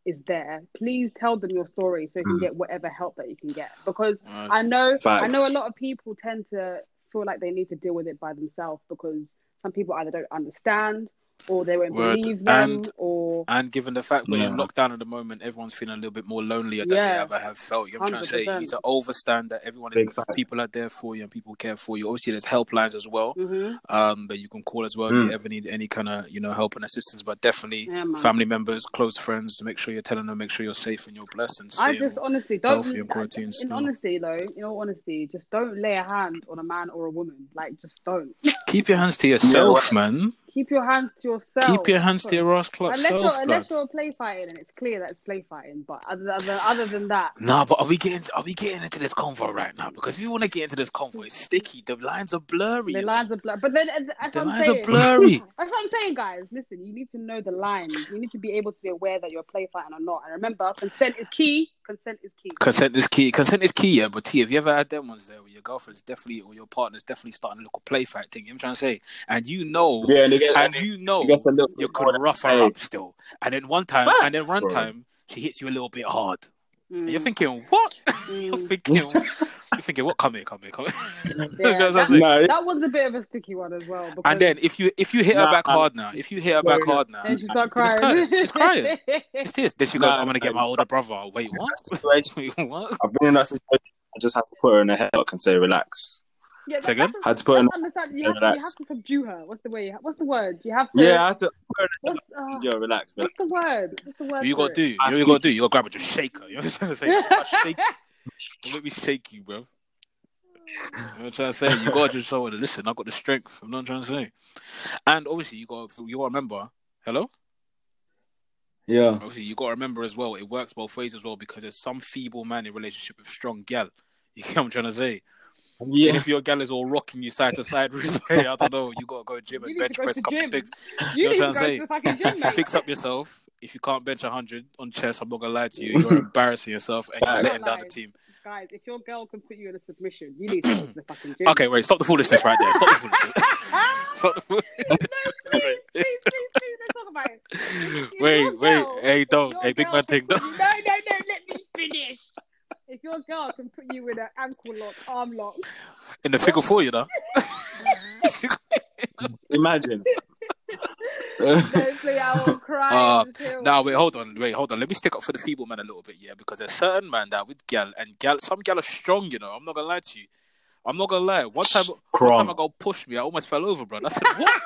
C: is there, please tell them your story so you can
B: Mm.
C: get whatever help that you can get. Because
A: Uh,
C: I know I know
B: Facts.
C: a lot of people tend to feel like they need to deal with it by themselves because some people either don't understand or they won't
A: Word.
C: believe them
A: And-
C: or
A: and given the fact we're in
B: Yeah.
A: lockdown at the moment, everyone's feeling a little bit more lonelier than
C: Yeah.
A: they ever have felt. You know what I'm trying to say?
C: 100%.
A: He's an overstand that everyone is,
B: Big facts.
A: people are there for you and people care for you. Obviously, there's helplines as well
C: Mhm.
A: um, that you can call as well if
B: Mm.
A: you ever need any kind of you know help and assistance. But definitely,
C: Yeah, man.
A: family members, close friends, make sure you're telling them, make sure you're safe and you're blessed and
C: I
A: stay.
C: just honestly don't.
A: healthy and quarantine
C: in
A: still.
C: honesty, though, in all honesty, just don't lay a hand on a man or a woman. Like, just don't.
A: Keep your hands to yourself, man.
C: Keep your hands to yourself.
A: Keep your hands to your ass clock
C: unless
A: self,
C: you're,
A: blood.
C: unless you're play fighting, and it's clear that it's play fighting. But other other, other than that,
A: Nah, but are we getting are we getting into this convo right now? Because if you want to get into this convo, it's sticky. The lines are blurry.
C: the lines are blurred. But then uh, that's
A: The
C: what I'm
A: lines are
C: saying. [LAUGHS]
A: blurry.
C: That's what I'm saying, guys. Listen, you need to know the lines. You need to be able to be aware that you're play fighting or not. And remember, consent is key. Consent is key.
A: Consent is key. Consent is key, yeah. But T, have you ever had them ones there where your girlfriend's definitely or your partner's definitely starting a little play fight thing? You know what I'm trying to say? And you know,
B: Yeah, and, they get,
A: and
B: and
A: you know,
B: he gets a little
A: you
B: bit
A: could
B: more than-
A: rough her
B: Hey.
A: up still. And then one time, and then
B: Facts,
A: one
B: bro.
A: time, she hits you a little bit hard. And
C: Mm.
A: you're thinking, what? you're
C: Mm.
A: thinking,
B: [LAUGHS]
A: you're thinking, what? Come here, come here, come here. [LAUGHS]
C: Yeah,
A: That's what I'm
C: that-
A: saying.
B: No,
C: That was a bit of a sticky one as well. Because
A: And then if you if you hit her
B: Nah,
A: back
B: nah.
A: hard now, if you hit her back
B: Nah.
A: hard now,
C: and she started
A: um, It's
C: crying.
A: It's
C: [LAUGHS]
A: crying. It's this. Then she goes,
B: Nah,
A: "I'm gonna get
B: nah.
A: my older brother." Wait, what?
B: situation.
A: [LAUGHS] Wait, what?
B: I've been in that situation. I just had to put her in a headlock and say, relax.
C: Yeah, that-
A: Second?
C: that's-
B: Had to put her in.
C: that's understand. You have, to, you
B: Relax.
C: have to subdue her. What's the way? you ha- What's the word? You have to.
B: Yeah, I had to put her in
C: What's,
B: a
C: uh,
B: headlock. Yo, relax. relax.
C: what's the word? What's the word?
A: You
C: for
A: gotta
C: it?
A: do. You know what you gotta do. You gotta grab her, just shake her. [LAUGHS] You know what I'm trying to say? Just shake. Don't Let me shake you, bro. You know what I'm trying to say? You gotta just show her. Listen, I got the strength. I'm not trying to say. And obviously, you gotta you gotta remember. Hello.
B: Yeah.
A: Obviously, you gotta remember as well. It works both ways as well because there's some feeble man in relationship with strong gal. You get what I'm trying to say?
B: Yeah.
A: Even if your gal is all rocking you side to side, [LAUGHS] really, I don't know. You gotta go gym
C: You
A: and
C: need
A: bench
C: to go
A: press
C: to
A: a couple
C: gym. [LAUGHS]
A: things.
C: You
A: know
C: need
A: what
C: to
A: I'm
C: go
A: saying?
C: to the fucking gym,
A: [LAUGHS]
C: mate.
A: fix up yourself. If you can't bench 100 on chest, I'm not gonna lie to you. You're embarrassing yourself and you're
B: Right.
A: letting down the team.
C: Guys, if your girl can put you in a submission, you need to go to the fucking gym.
A: Okay, wait, stop the foolishness right there. Stop the
C: [LAUGHS]
A: foolishness. [LAUGHS]
C: Ah,
A: Stop the fool-
C: please, please, please, please, let's talk about it. If your
A: [LAUGHS] wait, wait,
C: girl-
A: hey, don't,
C: your
A: hey, big
C: girl
A: man, thing,
C: can put
A: don't.
C: you- No, no, no, let me finish. If your girl can put you in an ankle lock, arm lock,
A: in the figure four,
C: [LAUGHS]
A: you know. [LAUGHS]
B: [LAUGHS] Imagine.
C: Honestly, I
A: [LAUGHS]
C: will cry.
A: Uh,
C: until... [LAUGHS]
A: Now wait, hold on, wait, hold on. Let me stick up for the feeble man a little bit, yeah, because there's certain man that with gal and gal, some gal are strong, you know. I'm not gonna lie to you. I'm not gonna lie. One time, one time I
B: Crom.
A: go push me, I almost fell over, bro. I said, what?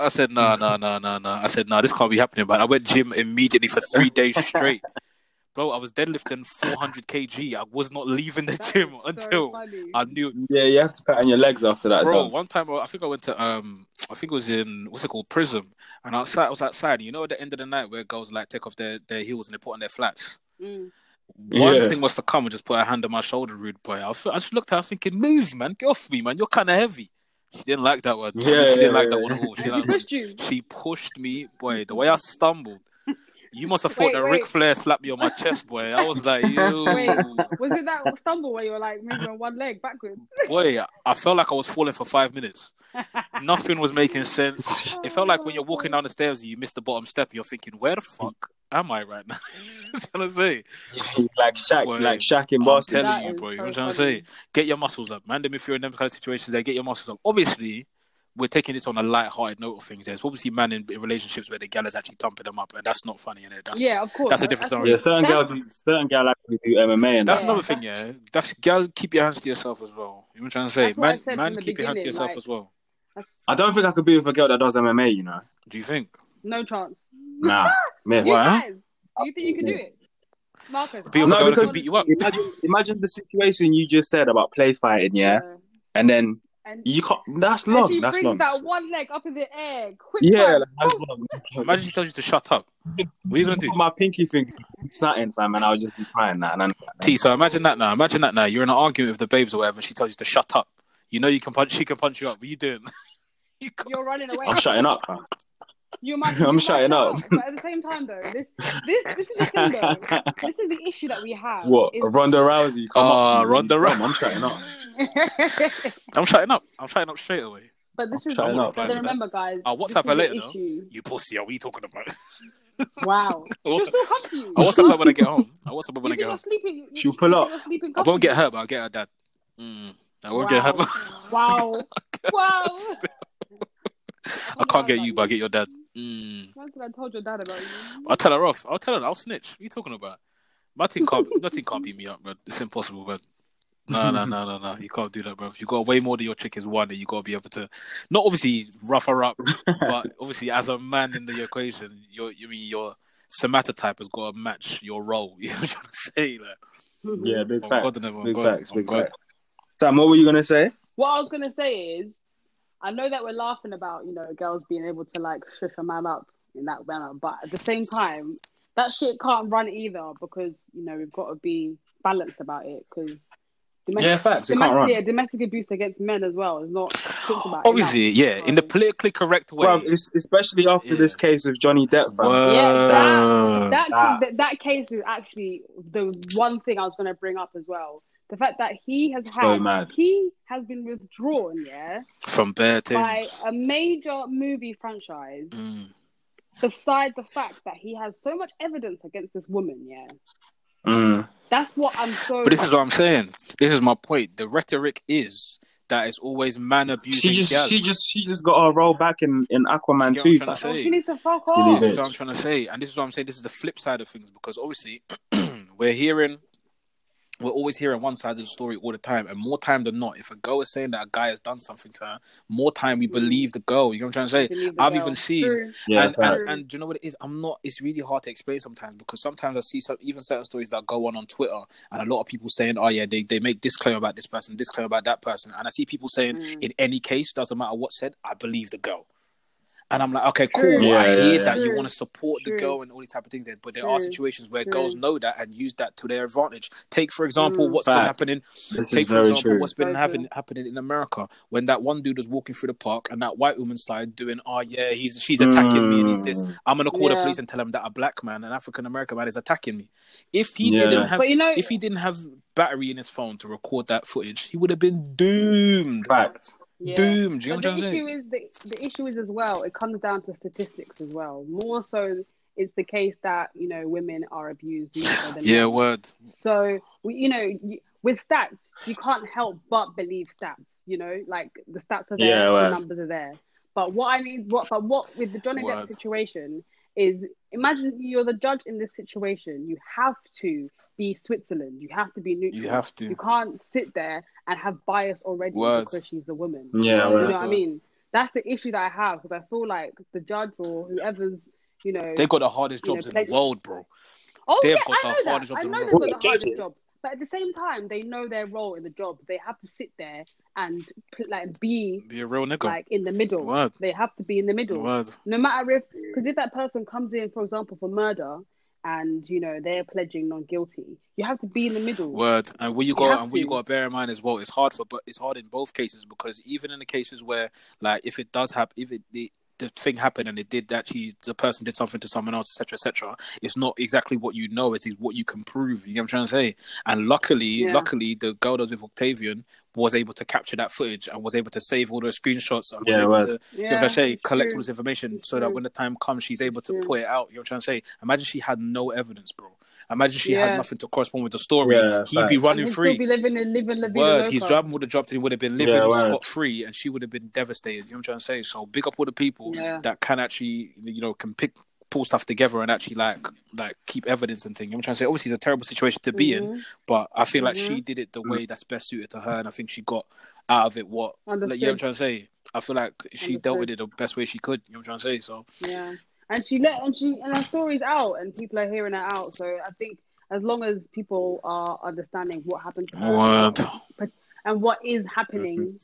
A: I said, no, no, no, no, no. I said, no, this can't be happening, man. I went gym immediately for three days straight. Bro, I was deadlifting 400 kg. I was not leaving the
C: That is
A: gym
C: so
A: until
C: funny.
A: I knew.
B: Yeah, you have to pat on your legs after that.
A: Bro,
B: don't you?
A: one time, I think I went to, um, I think it was in, what's it called, Prism. And outside, I was outside. You know, at the end of the night where girls like take off their, their heels and they put on their flats.
C: Mm.
A: One
B: Yeah.
A: thing was to come and just put her hand on my shoulder, rude boy. I, was, I just looked at her I was thinking, move, man. Get off me, man. You're kind of heavy. She didn't like that one.
B: Yeah,
A: she didn't
B: yeah,
A: like that
B: yeah.
A: one at all. She
C: And she
A: like,
C: pushed you.
A: she pushed me, boy. The way I stumbled, you must have thought
C: Wait,
A: that
C: wait.
A: Ric Flair slapped me on my chest, boy. I was
C: [LAUGHS]
A: like, yo,
C: Wait. Was it that stumble where you were like moving on one leg backwards?
A: boy. I felt like I was falling for five minutes. Nothing was making sense. It felt like when you're walking down the stairs, and you miss the bottom step. You're thinking, where the fuck am I right now? [LAUGHS] I'm trying to say,
B: like Shaq,
A: Boy,
B: like Shaq in
A: I'm
B: Boston.
A: telling
C: That
A: you,
C: is
A: bro. You
C: so
A: know what I'm
C: funny.
A: saying? Get your muscles up, man. Them if you're in them kind of situations, they get your muscles up. Obviously, we're taking this on a light-hearted note of things. There's obviously man in, in relationships where the gal is actually thumping them up, and that's not funny, and that's
C: yeah, of course.
A: that's a different story.
B: Yeah, certain
C: That's-
B: girls, certain girl actually do MMA and
A: That's
B: that.
C: Yeah,
A: another thing, yeah. That's gal, keep your hands to yourself as well. You know what I'm trying to
C: That's
A: say?
C: what I
A: Man,
C: said from
A: man,
C: the
A: keep your hands to
C: beginning,
A: yourself
C: like-
A: as well.
B: I don't think I could be with a girl that does MMA. You know,
A: Do you think?
C: No chance.
B: nah, [LAUGHS] myth.
C: You
A: Why?
C: guys, do you think you can do it, Marcus?
A: Be with
B: No,
A: a girl that
B: because-
A: can beat you up.
B: Imagine, imagine the situation you just said about play fighting, yeah, and then
C: And,
B: you can't. That's
C: and
B: long.
C: she
B: That's
C: brings
B: long.
C: that one leg up in the air. Quick
B: Yeah,
C: [LAUGHS] time.
B: like, that's long.
A: Imagine she tells you to shut up. What are you gonna do?
B: My pinky finger, something, fam, and I'll just be crying now. Nah, nah, nah.
A: T, so imagine that now. Imagine that now. You're in an argument with the babes or whatever. She tells you to shut up. You know you can punch. She can punch you up. What are you doing? [LAUGHS] you can't.
C: You're running away.
B: I'm shutting up. fam.
C: You might,
B: [LAUGHS] I'm
C: you might
B: shutting
C: shut
B: up.
C: But at the same time, though, this this this is the thing, though.
B: [LAUGHS]
C: this is the issue that we have.
B: What?
C: is- [LAUGHS]
B: Ronda Rousey? Come up to
A: Ah,
B: me.
A: Ronda
B: Come,
A: Rousey.
B: I'm shutting
A: [LAUGHS]
B: up.
A: I'm shutting up. I'm shutting up straight away.
C: but this is
B: Shut
C: the,
B: up.
C: but then remember, guys.
A: I'll
C: this
A: WhatsApp her
C: is the
A: later, though.
C: issue.
A: You pussy. Are we talking about?
C: Wow.
A: [LAUGHS] I'll WhatsApp,
C: She'll still come to you.
A: I'll WhatsApp her when I get home. I'll WhatsApp her
C: You
A: when I
C: think
A: get
C: you're
A: home.
C: sleeping, you-
B: She'll
C: you
B: pull
C: think
B: up.
C: you're sleeping
A: I won't get
C: comfortably.
A: her, but I'll get her dad. Mm, I won't get her.
C: Wow. Wow. wow.
A: [LAUGHS]
C: [LAUGHS]
A: I can't get you, but I get your dad. Mm.
C: Once I told your dad about you.
A: I'll tell her off. I'll tell her. I'll snitch. What are you talking about? Nothing can't. nothing can't beat me up, bro. It's impossible, bro. No, no, no, no, no. You can't do that, bro. You got way more than your chick is one, and you got to be able to, not obviously rough her
B: [LAUGHS]
A: up, but obviously as a man in the equation, your you mean your somatotype has got to match your role. [LAUGHS] You know what I'm trying to say? Like,
B: Yeah, big
A: oh my
B: facts.
A: God, no, oh my
B: big
A: God,
B: facts.
A: oh my
B: Big
A: God.
B: facts. Sam, what were you gonna say?
C: What I was gonna say is, I know that we're laughing about you know girls being able to like shush a man up in that manner, but at the same time, that shit can't run either because you know we've got to be balanced about it because domestic,
B: Yeah, facts. It can't
C: domestic,
B: run.
C: yeah, domestic abuse against men as well is not talked about.
A: Obviously, yeah, in the politically correct way.
B: Well, it's, especially after
A: Yeah.
B: this case with Johnny Depp, fam.
A: Word.
C: Yeah, that
B: Ah.
C: that, that that case is actually the one thing I was going to bring up as well. The fact that he has had
B: So mad.
C: he has been withdrawn, yeah,
A: From bare things.
C: by a major movie franchise.
A: Mm.
C: Besides the fact that he has so much evidence against this woman, yeah,
B: Mm.
C: that's what I'm so.
A: But this is what I'm saying. This is my point. The rhetoric is that it's always man abuse.
B: She just, she just, she just got her role back in in Aquaman
A: You
B: too.
A: get what I'm trying to
B: fam.
C: Oh,
A: say.
C: she needs to fuck
B: You
C: off.
B: need
A: This is what I'm trying to say, and this is what I'm saying. This is the flip side of things because obviously [CLEARS THROAT] we're hearing, we're always hearing one side of the story all the time, and more time than not, if a girl is saying that a guy has done something to her, more time we
C: Mhm.
A: believe the girl. You know what I'm trying to say?
C: Believe the
A: I've
C: girl.
A: even seen
C: True.
B: Yeah,
A: and,
B: facts.
A: and, and do you know what it is? I'm not. It's really hard to explain sometimes because sometimes I see some even certain stories that go on on Twitter, and a lot of people saying, "Oh yeah, they, they make this claim about this person, this claim about that person," and I see people saying,
C: Mm.
A: "In any case, doesn't matter what said, I believe the girl." And I'm like, okay, cool.
C: True.
A: I
B: Yeah, yeah,
A: hear
B: yeah.
A: that you
C: True.
A: want to support the
C: True.
A: girl and all these type of things, there, but there are
C: True.
A: situations where
C: True.
A: girls know that and use that to their advantage. Take for example
C: Mm.
A: what's been
B: Facts.
A: happening
B: this is
A: Take for
B: very
A: example
B: true.
A: what's been
C: Very
A: having,
C: true.
A: happening in America when that one dude was walking through the park and that white woman started doing, oh yeah, he's she's attacking me and he's this.
B: Mm.
A: I'm gonna call the
C: Yeah.
A: police and tell them that a black man, an African American man, is attacking me. If he
B: Yeah.
A: didn't have,
C: But you know,
A: if he didn't have battery in his phone to record that footage, he would have been doomed,
B: Facts.
C: yeah.
A: doomed. Do you know
C: But
A: what I'm
C: the issue
A: saying?
C: is the, the issue is as well. It comes down to statistics as well. More so, it's the case that you know women are abused. More so than
A: Yeah,
C: men.
A: word.
C: So we, you know, you, with stats, you can't help but believe stats. You know, like the stats are there,
B: Yeah,
C: the
B: well.
C: numbers are there. But what I need, what, but what with the Johnny Depp
A: Word.
C: situation is, imagine you're the judge in this situation. You have to be Switzerland. You have to be neutral.
A: You have
C: You
A: to.
C: can't sit there and have bias already
A: Word.
C: because she's the woman.
B: Yeah,
C: You know
B: word.
C: what I mean? That's the issue that I have because I feel like the judge or whoever's, you know,
A: They got the hardest
C: You know,
A: jobs in
C: place-
A: the world, bro.
C: Oh,
A: They've
C: yeah,
A: got the
C: I know
A: hardest
C: that.
A: jobs
C: I
A: in the
C: know
A: world.
C: they've got
B: What,
C: the hardest
B: judges?
C: jobs, but at the same time, they know their role in the job. They have to sit there and pl- like be
A: Be a real nigga.
C: like in the middle.
A: Word.
C: They have to be in the middle,
A: Word.
C: no matter if because if that person comes in, for example, for murder, and you know they're pledging non guilty, you have to be in the middle.
A: Word. And what you
C: You
A: got
C: have
A: and what you
C: to.
A: got to bear in mind as well, it's hard for but it's hard in both cases because even in the cases where like if it does happen, if it the the thing happened and it did actually the person did something to someone else, etc., etc. It's not exactly what you know; it's what you can prove. You know what I'm trying to say? And luckily,
C: Yeah.
A: luckily, the girl that was with Octavian was able to capture that footage and was able to save all those screenshots and was
B: Yeah,
A: able
B: well,
A: to you know
C: Yeah,
A: what I'm saying, collect
C: true.
A: all this information
C: It's
A: so that
C: true.
A: when the time comes, she's able to
C: true.
A: put it out. You know what I'm trying to say? Imagine she had no evidence, bro. Imagine she
C: Yeah.
A: had nothing to correspond with the story.
B: Yeah,
A: He'd be
B: facts.
A: running
C: And he'd
A: free.
C: Still be living in living la vida
A: Word,
C: loca.
A: his job would have dropped and he would have been living
B: Yeah, word.
A: scot free and she would have been devastated. You know what I'm trying to say? So big up all the people
C: Yeah.
A: that can actually, you know, can pick pull stuff together and actually like like keep evidence and things. You know what I'm trying to say? Obviously it's a terrible situation to be in,
C: Mhm.
A: but I feel like
C: Mhm.
A: she did it the
B: Mm.
A: way that's best suited to her and I think she got out of it what like, you know what I'm
C: Understood.
A: trying to say? I feel like she dealt with it the best way she could, you know what I'm trying to say? So
C: Yeah, and she let and she and her story's out, and people are hearing her out. So I think as long as people are understanding what happened to her and what is happening,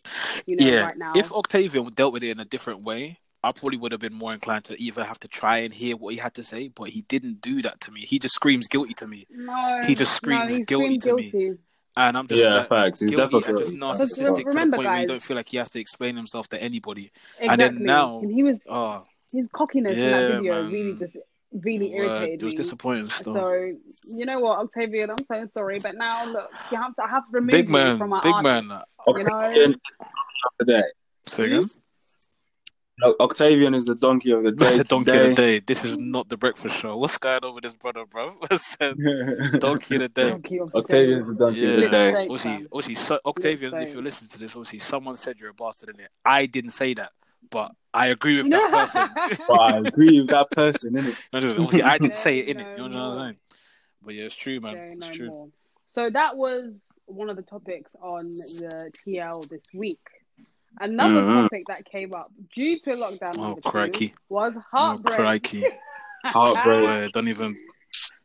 C: you know,
A: Mm-hmm. yeah.
C: right now.
A: If Octavian dealt with it in a different way, I probably would have been more inclined to either have to try and hear what he had to say, but he didn't do that to me. He just screams guilty to me,
C: no,
A: he just
C: no,
A: screams
C: he
A: guilty
C: screamed
A: to me.
C: guilty.
A: and I'm just
B: yeah,
A: like,
B: facts. He's
A: guilty and
B: definitely
A: just narcissistic to
C: But
A: the point
C: remember,
A: where you
C: guys-
A: don't feel like he has to explain himself to anybody.
C: Exactly.
A: And then now-
C: and he was
A: Oh,
C: his cockiness in that
A: Yeah,
C: video
A: man.
C: really just really
A: word.
C: irritated
A: it was
C: me.
A: disappointing stuff.
C: So you know what, Octavian, I'm so sorry, but now look, you have to I have to remove
A: Big
C: you
A: man,
C: from our
A: big
C: artists,
A: man. uh,
C: You know,
B: Octavian is the donkey of the day.
A: Say again?
C: Mm-hmm.
B: No, Octavian is the donkey of the day.
A: That's a donkey of the
B: today.
A: day. This is not the breakfast show. What's going on with this brother, bro? [LAUGHS]
B: [LAUGHS]
A: donkey of the day.
C: Donkey of the
B: Octavian
C: day.
B: is the donkey of the
A: Yeah.
B: day.
C: Mistake,
A: Obviously,
C: fam.
A: obviously, so, Octavian,
C: Let's
A: if
C: say.
A: you're listening to this, obviously, someone said you're a bastard in it. I didn't say that, but I agree with that
C: [LAUGHS]
A: person.
B: But I agree with that person, innit?
A: obviously, I didn't
C: Say
A: say it in
C: no
A: it. You know what I'm
C: more.
A: saying? But yeah, it's true, man.
C: Say
A: It's
C: no
A: true.
C: more. So that was one of the topics on the TL this week. Another
B: Mhm.
C: topic that came up due to lockdown
A: Mm-hmm. Oh,
C: number two
A: crikey.
C: was
A: Oh,
C: heartbreak. [LAUGHS]
A: crikey.
B: Heartbreak.
A: Boy, don't even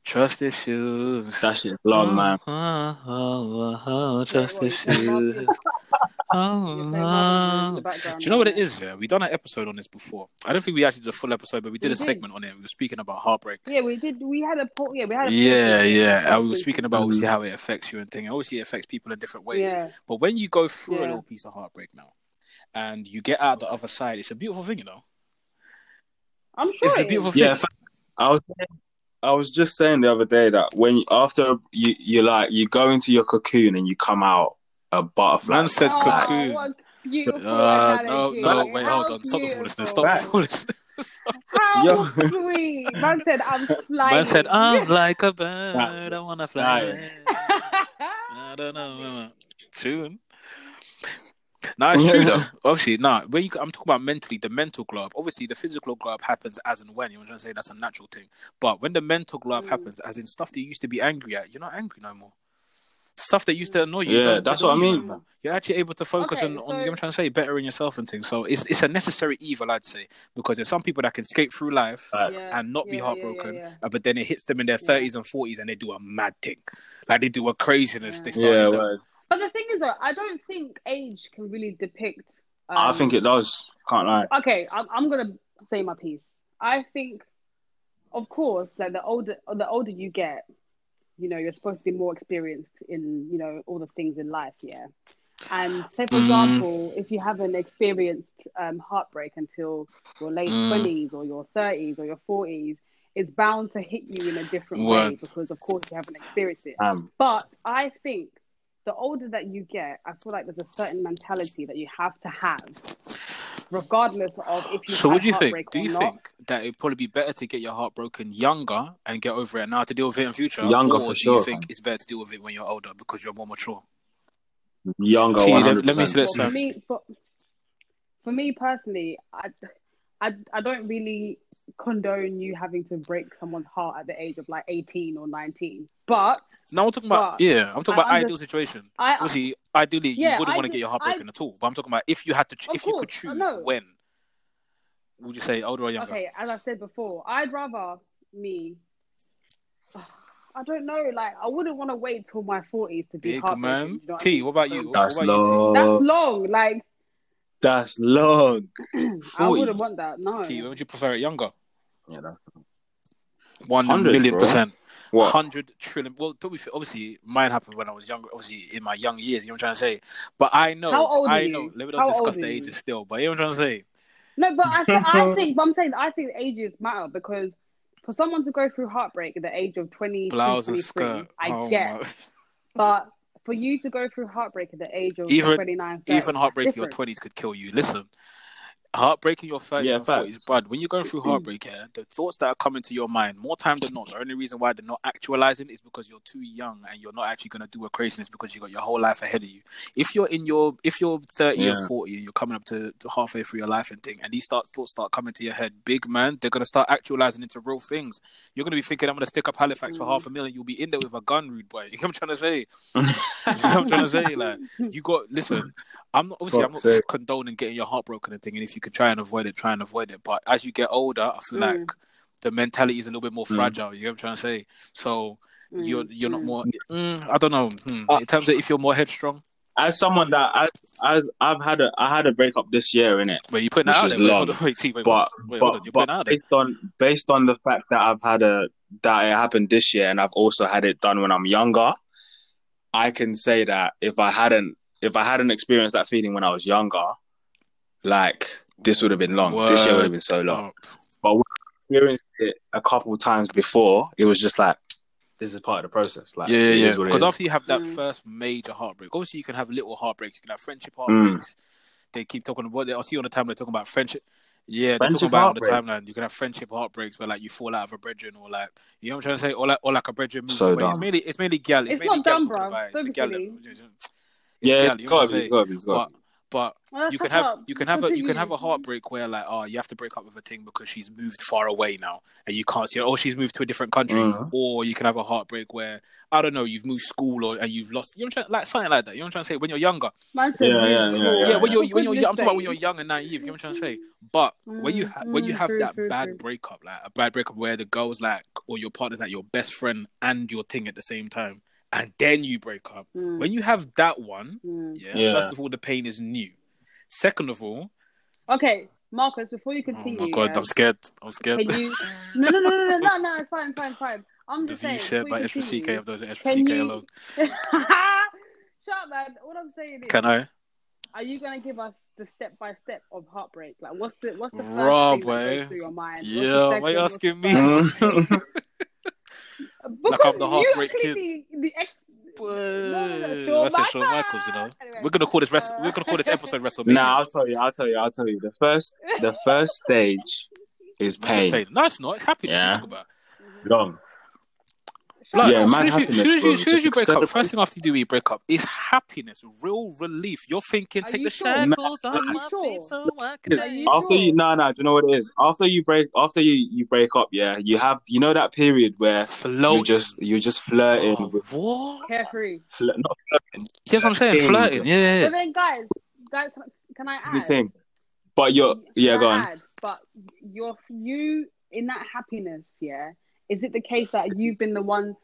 A: trust issues.
B: That shit's long,
A: [LAUGHS]
B: man.
A: Oh, oh, oh, oh, trust
C: Yeah, well, you
A: issues.
C: can't You're
A: [LAUGHS] Oh,
C: playing Marvin's in the
A: oh.
C: background.
A: Do you know what it is? Yeah, we done an episode on this before. I don't think we actually did a full episode, but we did
C: We
A: a
C: did.
A: segment on it. We were speaking about heartbreak.
C: Yeah, we did. We had a poll. Yeah, we had a poll.
A: Yeah, yeah. And we were
C: Heartbreak.
A: speaking about obviously how it affects you and things. Obviously, it affects people in different ways.
C: Yeah,
A: But when you go through a
C: Yeah.
A: little piece of heartbreak now, and you get out the other side, it's a beautiful thing, you know.
C: I'm sure
A: It's a
C: it is.
A: beautiful thing.
B: Yeah, fa- I was I was just saying the other day that when you, after you you like you go into your cocoon and you come out a butterfly.
A: Man said
C: oh,
A: cocoon.
C: What a beautiful
A: Uh, no,
C: analogy.
A: no, wait,
C: How
A: hold on. Stop the foolishness.
C: beautiful.
A: Stop the foolishness.
C: How
B: Yo.
C: sweet. Man said, I'm flying.
A: Man said, "Uh, I'm like a bird. I want to fly.
B: Right.
A: I don't know.
B: [LAUGHS]
A: Tune. No, it's true though. Obviously, no. when you, I'm talking about mentally, the mental glow up. Obviously, the physical glow up happens as and when. You know what I'm trying to say? That's a natural thing. But when the mental glow up
C: Mm.
A: happens, as in stuff that you used to be angry at, you're not angry no more. Stuff that used to annoy you.
B: Yeah,
A: don't-
B: that's
A: don't
B: what I
A: annoy you
B: mean.
A: anymore. You're actually able to focus
C: Okay,
A: on, on you know
C: so-
A: what I'm trying to say, better in yourself and things. So it's it's a necessary evil, I'd say, because there's some people that can skate through life
B: [LAUGHS]
C: Yeah,
A: and not be
C: Uh, yeah, yeah,
A: heartbroken,
C: yeah, yeah.
A: uh, but then it hits them in their
C: Yeah.
A: 30s and 40s and they do a mad thing. Like they do a craziness.
C: Yeah.
A: They start
B: Yeah,
A: yeah,
B: well,
C: But the thing is, though, I don't think age can really depict. Um,
B: I think it does. Can't lie.
C: okay, I'm, I'm gonna say my piece. I think, of course, that the older the older you get, you know, you're supposed to be more experienced in you know all the things in life, yeah. And say, for
A: Mm.
C: example, if you haven't experienced um, heartbreak until your late
A: Mm.
C: twenties or your thirties or your forties, it's bound to hit you in a different way
A: Word.
C: because, of course, you haven't experienced it.
B: Um,
C: But I think the older that you get, I feel like there's a certain mentality that you have to have, regardless of if you.
A: So,
C: had
A: what do you think?
C: heartbreak
A: Do
C: or
A: you
C: not.
A: think that it'd probably be better to get your heart broken younger and get over it now to deal with it in future?
B: Younger,
A: or
B: for
A: do
B: sure,
A: you think
B: man.
A: it's better to deal with it when you're older because you're more mature?
B: younger,
A: See,
B: one
A: let- let me
B: hundred
A: see that-
B: percent.
A: Let's
C: for
A: have-
C: me, for, for me personally, I, I, I don't really condone you having to break someone's heart at the age of like 18 or 19. But
A: No, I'm talking about
C: But
A: yeah, I'm talking
C: I
A: about
C: under-
A: ideal situation.
C: I,
A: Obviously, ideally,
C: Yeah,
A: you wouldn't
C: I
A: want to
C: do-
A: get your heart broken at all. But I'm talking about if you had to, ch-
C: Of
A: if you could
C: course, I
A: choose
C: know.
A: when, would you say older or younger?
C: okay, as I said before, I'd rather me. [SIGHS] I don't know, like I wouldn't want to wait till my 40s to be
A: Big
C: heartbroken.
A: man.
C: you know what I
A: T,
C: mean?
A: what about you? What,
B: That's
A: what about you, T?
C: That's
B: long.
C: long. Like [CLEARS THROAT]
B: That's long.
C: I
B: 40.
C: wouldn't want that. No.
A: T, would you prefer it younger?
B: Yeah, that's
A: One
B: 100,
A: million
B: bro.
A: percent.
B: what.
A: Hundred trillion. Well, to be fair, obviously mine happened when I was younger. Obviously in my young years, you know what I'm trying to say. But I know,
C: How old are
A: I
C: you?
A: know. Let me
C: How
A: not discuss
C: old are
A: the
C: you?
A: ages still. But you know what I'm trying to say.
C: No, but I, th-
B: [LAUGHS]
C: I think, but I'm saying I think ages matter because for someone to go through heartbreak at the age of 20,
A: Blouse and
C: 23,
A: skirt.
C: I
A: Oh
C: get,
A: my-
C: but for you to go through heartbreak at the age of
A: Even-
C: 29, 30,
A: Even heartbreak in your
C: different.
A: twenties could kill you. Listen, heartbreak in your thirties
B: Yeah,
A: and forties,
B: facts.
A: bud. When you're going
B: [CLEARS THROAT]
A: through heartbreak, yeah, the thoughts that are coming to your mind more time than not, the only reason why they're not actualizing is because you're too young and you're not actually going to do a craziness because you got your whole life ahead of you. If you're in your, if you're thirty
B: Yeah.
A: or forty and you're coming up to, to halfway through your life and thing, and these start thoughts start coming to your head, big man, they're going to start actualizing into real things. You're going to be thinking, I'm going to stick up Halifax for
C: Mhm.
A: half a million. You'll be in there with a gun, rude boy. [LAUGHS] You know what I'm trying to
B: [LAUGHS]
A: say? you know what I'm trying to say? Like, you got listen. I'm not obviously I'm
B: Fuck's
A: not
B: sake.
A: condoning getting your heart broken and thing, and if you could try and avoid it, try and avoid it. But as you get older, I feel
C: Mm.
A: like the mentality is a little bit more
B: Mm.
A: fragile. You know what I'm trying to say? So
C: Mm,
A: you're you're not
C: mm.
A: more. Mm, I don't know. Hmm.
B: Uh,
A: In terms of if you're more headstrong,
B: As someone that as, as I've had a I had a breakup this year in it,
A: wait, you putting
B: This
A: that out
B: is
A: there? Wait,
B: long.
A: hold on, wait, T, wait,
B: but
A: wait, hold
B: but,
A: on. You're
B: but
A: putting that out there.
B: based on based on the fact that I've had a that it happened this year and I've also had it done when I'm younger, I can say that if I hadn't if I hadn't experienced that feeling when I was younger, like this would have been long. This year would have been so long.
A: Oh,
B: But when I experienced it a couple times before, it was just like this is part of the process. Like
A: yeah,
B: it
A: yeah,
B: is
A: yeah.
B: what it
A: Because
B: is.
A: after you have that
C: Mm.
A: first major heartbreak, obviously you can have little heartbreaks. You can have friendship
B: Mm.
A: heartbreaks. They keep talking about. I see on the timeline they're talking about friendship. Yeah, they're talking
B: Friendship
A: about it on
B: heartbreak.
A: the timeline. You can have friendship heartbreaks where like you fall out of a brethren or like you know what I'm trying to say, or like or like a brethren moves
B: So
A: away. It's
B: dumb.
A: mainly it's mainly gal. It's,
C: It's
A: mainly
C: not
A: gal
C: dumb,
A: talking
C: bruh.
A: about it. It's
C: Don't
A: the
C: be
A: gal.
C: silly.
A: It's gal.
B: Yeah, it's
A: You know what
B: gotta
A: I'm
B: be, it's
A: saying?
B: gotta be, it's gotta
A: But
B: be.
A: but
C: Well,
A: you
C: shut
A: can have
C: up.
A: you can have a you can
C: Continue.
A: have
C: [LAUGHS]
A: a heartbreak where like oh you have to break up with a thing because she's moved far away now and you can't see her or she's moved to a different country
B: Mhm.
A: or you can have a heartbreak where I don't know you've moved school or and you've lost you know what I'm trying, like something like that you know what I'm trying to say when you're younger
C: Man said
B: Yeah, yeah,
C: move
B: yeah,
C: school.
A: yeah, when you're
C: What
A: when you're
C: was
A: I'm talking about when
C: saying?
A: you're young and naive you know what I'm trying to say but when you
C: Mm,
A: ha- when you
C: mm,
A: have
C: true,
A: that
C: true,
A: bad
C: true.
A: breakup like a bad breakup where the girl's like or your partner's like your best friend and your thing at the same time and then you break up
C: Mm,
A: when you have that one
C: mm.
A: yeah,
B: Yeah.
A: first of all the pain is new second of all
C: Okay, Marcus, before you
A: Oh
C: continue,
A: my god,
C: yeah,
A: I'm scared. I'm scared. [LAUGHS]
C: can you? No, no, no, no, no, no, no, it's fine, it's fine, it's fine. I'm
A: the
C: just
A: view
C: saying.
A: shared
C: before
A: by
C: you
A: extra CK
C: continue-
A: of those extra
C: Can
A: CK
C: you-
A: alone.
C: [LAUGHS] Shut up, man. All I'm saying is,
A: Can I?
C: are you gonna give us the step by step of heartbreak? Like, what's the what's the first
A: Raw,
C: thing that
A: boy.
C: goes through your mind? What's the
A: Yeah, why you
C: second?
A: asking me? [LAUGHS]
B: Mhm.
C: Because
A: Like I'm the
C: you
A: heartbreak
C: actually the, the ex. no, no,
A: Boy,
C: Shawn
A: That's it, Shawn
C: Michaels.
A: Michaels, you know.
C: Anyway.
A: We're gonna call this rest-
C: Uh.
A: we're gonna call this episode
B: [LAUGHS]
C: [LAUGHS]
A: WrestleMania.
B: [LAUGHS]
A: [LAUGHS]
B: nah, I'll tell you, I'll tell you, I'll tell you. The first the first stage is
A: What's it
B: pain.
A: pain? No, it's not. It's happiness.
B: Yeah.
A: Yeah. Talk about.
B: Long.
A: Blood,
B: Yeah,
A: as soon
B: man,
A: as you, as
B: happiness,
A: soon as you,
B: bro.
A: as soon as you
B: Just
A: break up,
B: accept-
A: first thing after you do, you break up. It's happiness, real relief. You're thinking,
C: Are
A: take
C: you
A: the
C: sure?
A: shackles off
C: Are you
A: my
C: sure?
A: feet, so I can.
C: Are you
B: after you
C: sure?
B: no no do you know what it is after you break after you you break up yeah you have you know that period where
A: Floating.
B: you just you're just flirting
A: Oh,
B: with
A: what?
C: Carefree.
B: fl- not
A: Yes, I'm saying
B: Flirting.
A: flirting. Yeah, yeah, yeah.
C: But then, guys, guys, can, can I add?
B: anything but you're Oh, yeah
C: Can
B: go
C: I
B: on
C: add, but your you in that happiness, yeah. Is it the case that you've been the one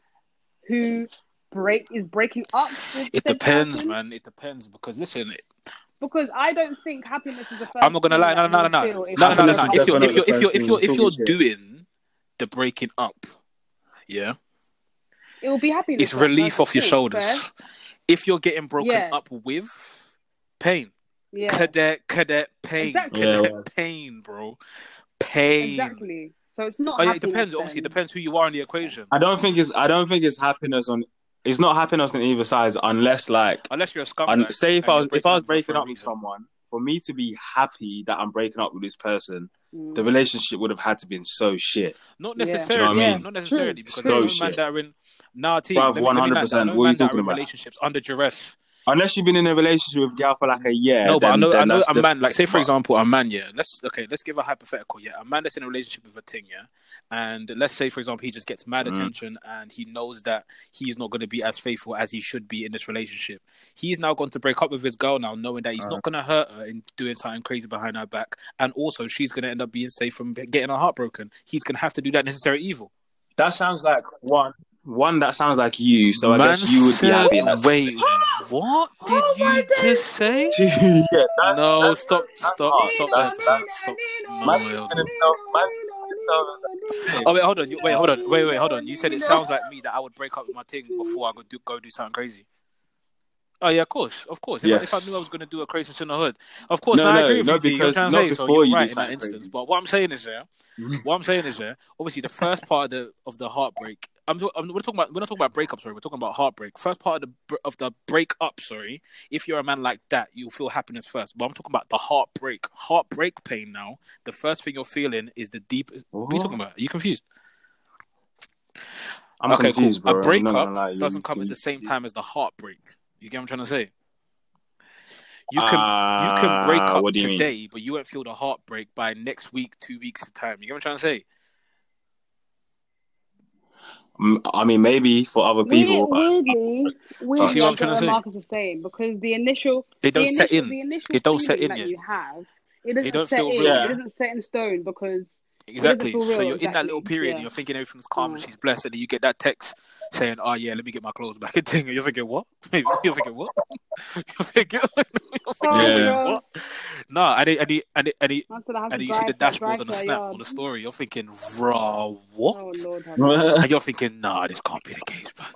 C: who break is breaking up? With
A: It
C: said
A: depends,
C: person?
A: man. It depends because listen,
C: Because I don't think happiness is the first.
A: I'm not gonna lie. No,
C: thing
A: no, no,
C: that
A: no, no,
C: you feel if
A: no, no, no, no.
C: you
B: Happiness is
C: break up.
A: If you're, if you're, if you're,
B: definitely
A: if you're,
B: the
A: if
B: first
A: you're
B: thing, it's
A: doing the breaking up, yeah,
C: It will be happiness.
A: it's
C: like,
A: relief
C: first
A: off your
C: thing,
A: shoulders.
C: first.
A: If you're getting broken
C: Yeah.
A: up with, pain,
C: Yeah,
A: cadet, cadet, pain,
C: Exactly.
B: Yeah,
A: cadet,
B: well.
A: pain, bro, pain.
C: exactly. So it's not.
A: Oh yeah, it
C: happiness
A: depends. Obviously, it
C: then.
A: depends who you are in the equation.
B: i don't think it's i don't think it's happiness on it's not happiness on either sides unless like
A: Unless you're a scumbag.
B: un, say if
A: and
B: i
A: you're
B: was if i was
A: for
B: breaking
A: a
B: up with
A: reason.
B: someone for me to be happy that i'm breaking up with this person
C: Mm.
B: the relationship would have had to been so shit
A: Not
C: Yeah. Do you know what I
A: necessarily.
B: mean?
A: Not necessarily
C: True,
A: because
C: true.
A: I know
B: Those
A: man
B: shit.
A: that are in nah, T, let
B: Bruv,
A: me, let me like that. I
B: 100%.
A: know
B: What are you
A: man that are
B: talking
A: in
B: about?
A: relationships under duress.
B: unless you've been in a relationship with a gal for like a year
A: No, but
B: then,
A: I know
B: then
A: I know
B: that's
A: a man.
B: different
A: Like, say for
B: But-
A: example, a man. Yeah, let's okay. Let's give a hypothetical. Yeah, a man that's in a relationship with a thing. Yeah, and let's say for example, he just gets mad
B: Mm.
A: attention, and he knows that he's not going to be as faithful as he should be in this relationship. He's now going to break up with his girl now, knowing that he's not going to hurt her in doing something crazy behind her back, and also she's going to end up being safe from getting her heart broken. He's going to have to do that necessary evil.
B: That sounds like one. One that sounds like you. So I
A: Man
B: guess you would be
A: said-
B: happy. In that
A: Wait, what did
C: Oh my
A: you
C: days.
A: just say?
B: [LAUGHS] yeah, that,
A: No,
B: that's-
A: stop,
B: that's
A: stop,
B: hard.
A: stop,
B: That's-
A: stop,
B: that's-
A: stop.
B: Man,
A: No,
B: even
A: wait,
B: himself- man, even himself-
A: Oh wait, hold on. You- Wait, hold on. Wait, wait, hold on. You said it sounds like me that I would break up with my thing before I could do, go do something crazy. Oh yeah, of course, of course. If, I- if I
B: Yes.
A: knew I was going to do a craziness in the hood, of course,
B: No,
A: and I
B: no,
A: agree with
B: not
A: you. T, you're
B: because-
A: trying
B: not
A: to say so.
B: before
A: You're
B: you do
A: right in that
B: something
A: instance.
B: crazy.
A: But what I'm saying is,
B: [LAUGHS]
A: yeah, what I'm saying is, yeah, obviously the first part of the of the heartbreak. I'm, t- I'm we're talking about we're not talking about breakup, sorry. We're talking about heartbreak. First part of the br- of the breakup, sorry. If you're a man like that, you'll feel happiness first. But I'm talking about the heartbreak, heartbreak pain. Now, the first thing you're feeling is the deepest. What are you talking about? Are you confused?
B: I'm
A: okay,
B: confused,
A: cool.
B: bro.
A: A
B: I'm not
A: breakup
B: gonna lie, you-
A: doesn't come
B: you-
A: at the same time as the heartbreak. You get what I'm trying to say? You can you
B: Ah,
A: can break up
B: What do you mean?
A: today, but you won't feel the heartbreak by next week, two weeks time. You get what I'm trying to say?
B: M- I mean, maybe for other people,
C: Weird-
B: but
C: weirdly, weirdly,
A: see what I'm
C: I get
A: trying to say?
C: Marcus is saying because the initial,
A: It don't
C: the
A: set
C: initial,
A: in.
C: the initial
A: It don't set
C: feeling
A: in
C: that
A: yet.
C: you have, it doesn't
A: don't
C: set
A: feel
C: in.
A: real.
C: It isn't set in stone because
A: Exactly.
C: feel
A: So
C: real,
A: you're in that little
C: exactly.
A: period and
C: Yeah.
A: you're thinking everything's calm and
C: Mm.
A: she's blessed, and then you get that text saying, "Oh yeah, let me get my clothes back." [LAUGHS] And thing, and you're thinking what? you're thinking what? [LAUGHS] you're thinking, [LAUGHS] you're
C: Oh,
A: thinking
B: Yeah.
A: "Wait, what? No, and it, and it, and it, and, it,
C: until I have
A: and
C: to
A: you see the
C: drive-
A: dashboard
C: drive
A: on the
C: to our
A: snap
C: yard.
A: on the story. You're thinking, "Raw, what?"
C: Oh Lord, have mercy.
B: Do
A: And you're thinking, nah, this can't be the case, man.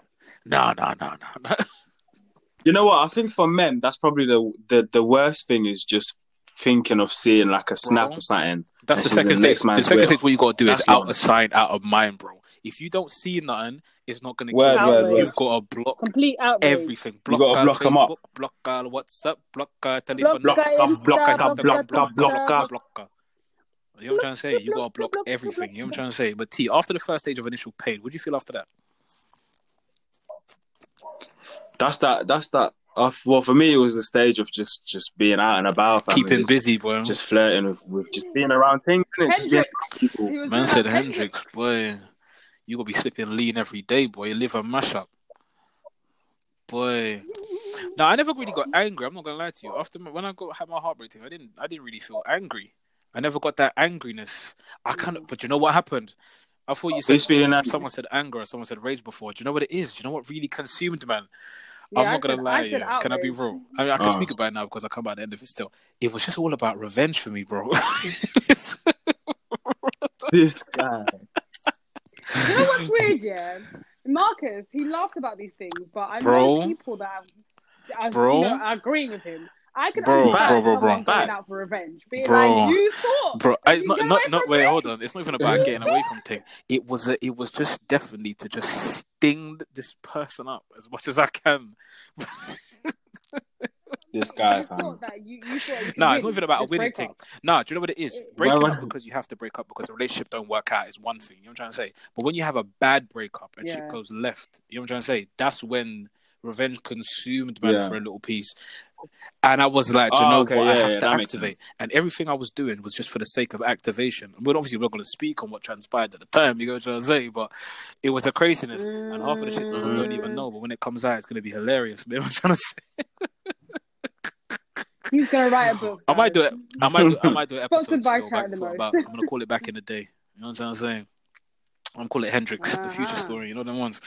A: Nah, nah, nah, nah. nah.
B: [LAUGHS] you know what? I think for men, that's probably the the, the worst thing is just thinking of seeing like a snap
A: Bro.
B: or something.
A: [LAUGHS] That's
B: This
A: the
B: is the
A: second stage.
B: next
A: The
B: man's
A: second
B: will.
A: stage, what you got to do is
B: That's
A: out
B: long.
A: of sight, out of mind, bro. If you don't see nothing, it's not going to
B: Word,
A: kill
C: word,
A: you.
C: word.
A: You've got to block
C: Complete outrage.
A: everything. Block
B: gotta
A: her
B: block 'em
A: Facebook,
B: up.
A: block her WhatsApp, block her telephone
C: Block
A: number,
C: her Insta,
A: block her
B: block her,
A: Instagram, block her,
B: block her,
A: block her,
B: block her.
A: block her. You know what I'm trying to say? You got to block everything. You know what I'm trying to say? But T, after the first stage of initial pain, what do you feel after that?
B: That's that. That's that. Uh, well, for me, it was the stage of just just being out and about, fam,
A: Keeping
B: and just,
A: busy, bro.
B: just flirting with, with just being around things, innit? just being around people.
A: [LAUGHS]
C: He was
A: Man
C: doing
A: said
C: that
A: Hendrix, boy. You gonna be slipping lean every day, boy. You live a mashup. Boy. No, I never really got angry, I'm not gonna lie to you. After my, when I got had my heartbreak thing, I didn't I didn't really feel angry. I never got that angriness. I can't but you know what happened? I thought you said
B: Who's feeling angry?
A: someone said anger or someone said rage before. Do you know what it is? Do you know what really consumed man?
C: Yeah,
A: I'm
C: I
A: not gonna
C: said-
A: lie,
C: I said
A: yeah. Can I be
C: outrage.
A: real? I mean, I can
B: Uh.
A: speak about it now because I come out the end of it still. It was just all about revenge for me,
C: [LAUGHS]
A: bro. [LAUGHS]
B: This guy.
C: You know what's weird, yeah? Marcus, he laughs about these things, but I
A: Bro.
C: know people that are, are,
A: Bro.
C: You know, are agreeing with him. I can
A: Bro,
C: understand
A: bro, bro,
C: someone
B: bro.
C: going out for revenge, being
A: Bro.
C: like, "You thought."
A: Bro, I,
C: You
A: not,
C: get
A: not,
C: away
A: not,
C: from
A: wait,
C: me?
A: hold on. It's not even about getting away from thing. It was, a, it was just definitely to just sting this person up as much as I can. [LAUGHS]
B: This
C: You
B: guy,
C: thought
B: fam.
C: that you, you thought you could
A: Nah, it's
C: win
A: not even about a
C: this
A: winning
C: breakup.
A: thing. Nah, do you know what it is?
C: It-
A: Breaking
B: Why-
A: up because you have to break up because the relationship don't work out is one thing. You know what I'm trying to say? But when you have a bad breakup and shit
C: Yeah.
A: goes left, you know what I'm trying to say? That's when revenge consumed man
B: Yeah.
A: for a little piece. And I was like, do you
B: Oh,
A: know
B: okay,
A: what? I
B: yeah,
A: have
B: yeah,
A: to
B: that makes
A: activate. And everything I was doing was just for the sake of activation. I mean, obviously, we're not going to speak on what transpired at the time, you know what I'm saying? But it was a craziness. And half of the shit don't, don't even
C: Mm.
A: know. But when it comes out, it's going to be hilarious. You know what I'm trying to say?
C: He's gonna write
A: [LAUGHS]
C: a book.
A: I might do
C: guys.
A: it. I might. Do, I might do an episode
C: Sponsored by
A: still back
C: Cat the
A: for
C: Most.
A: about. I'm gonna call it back in the day. You know what I'm saying? I'm call it Hendrix, the future
C: Uh-huh.
A: story. You know them ones.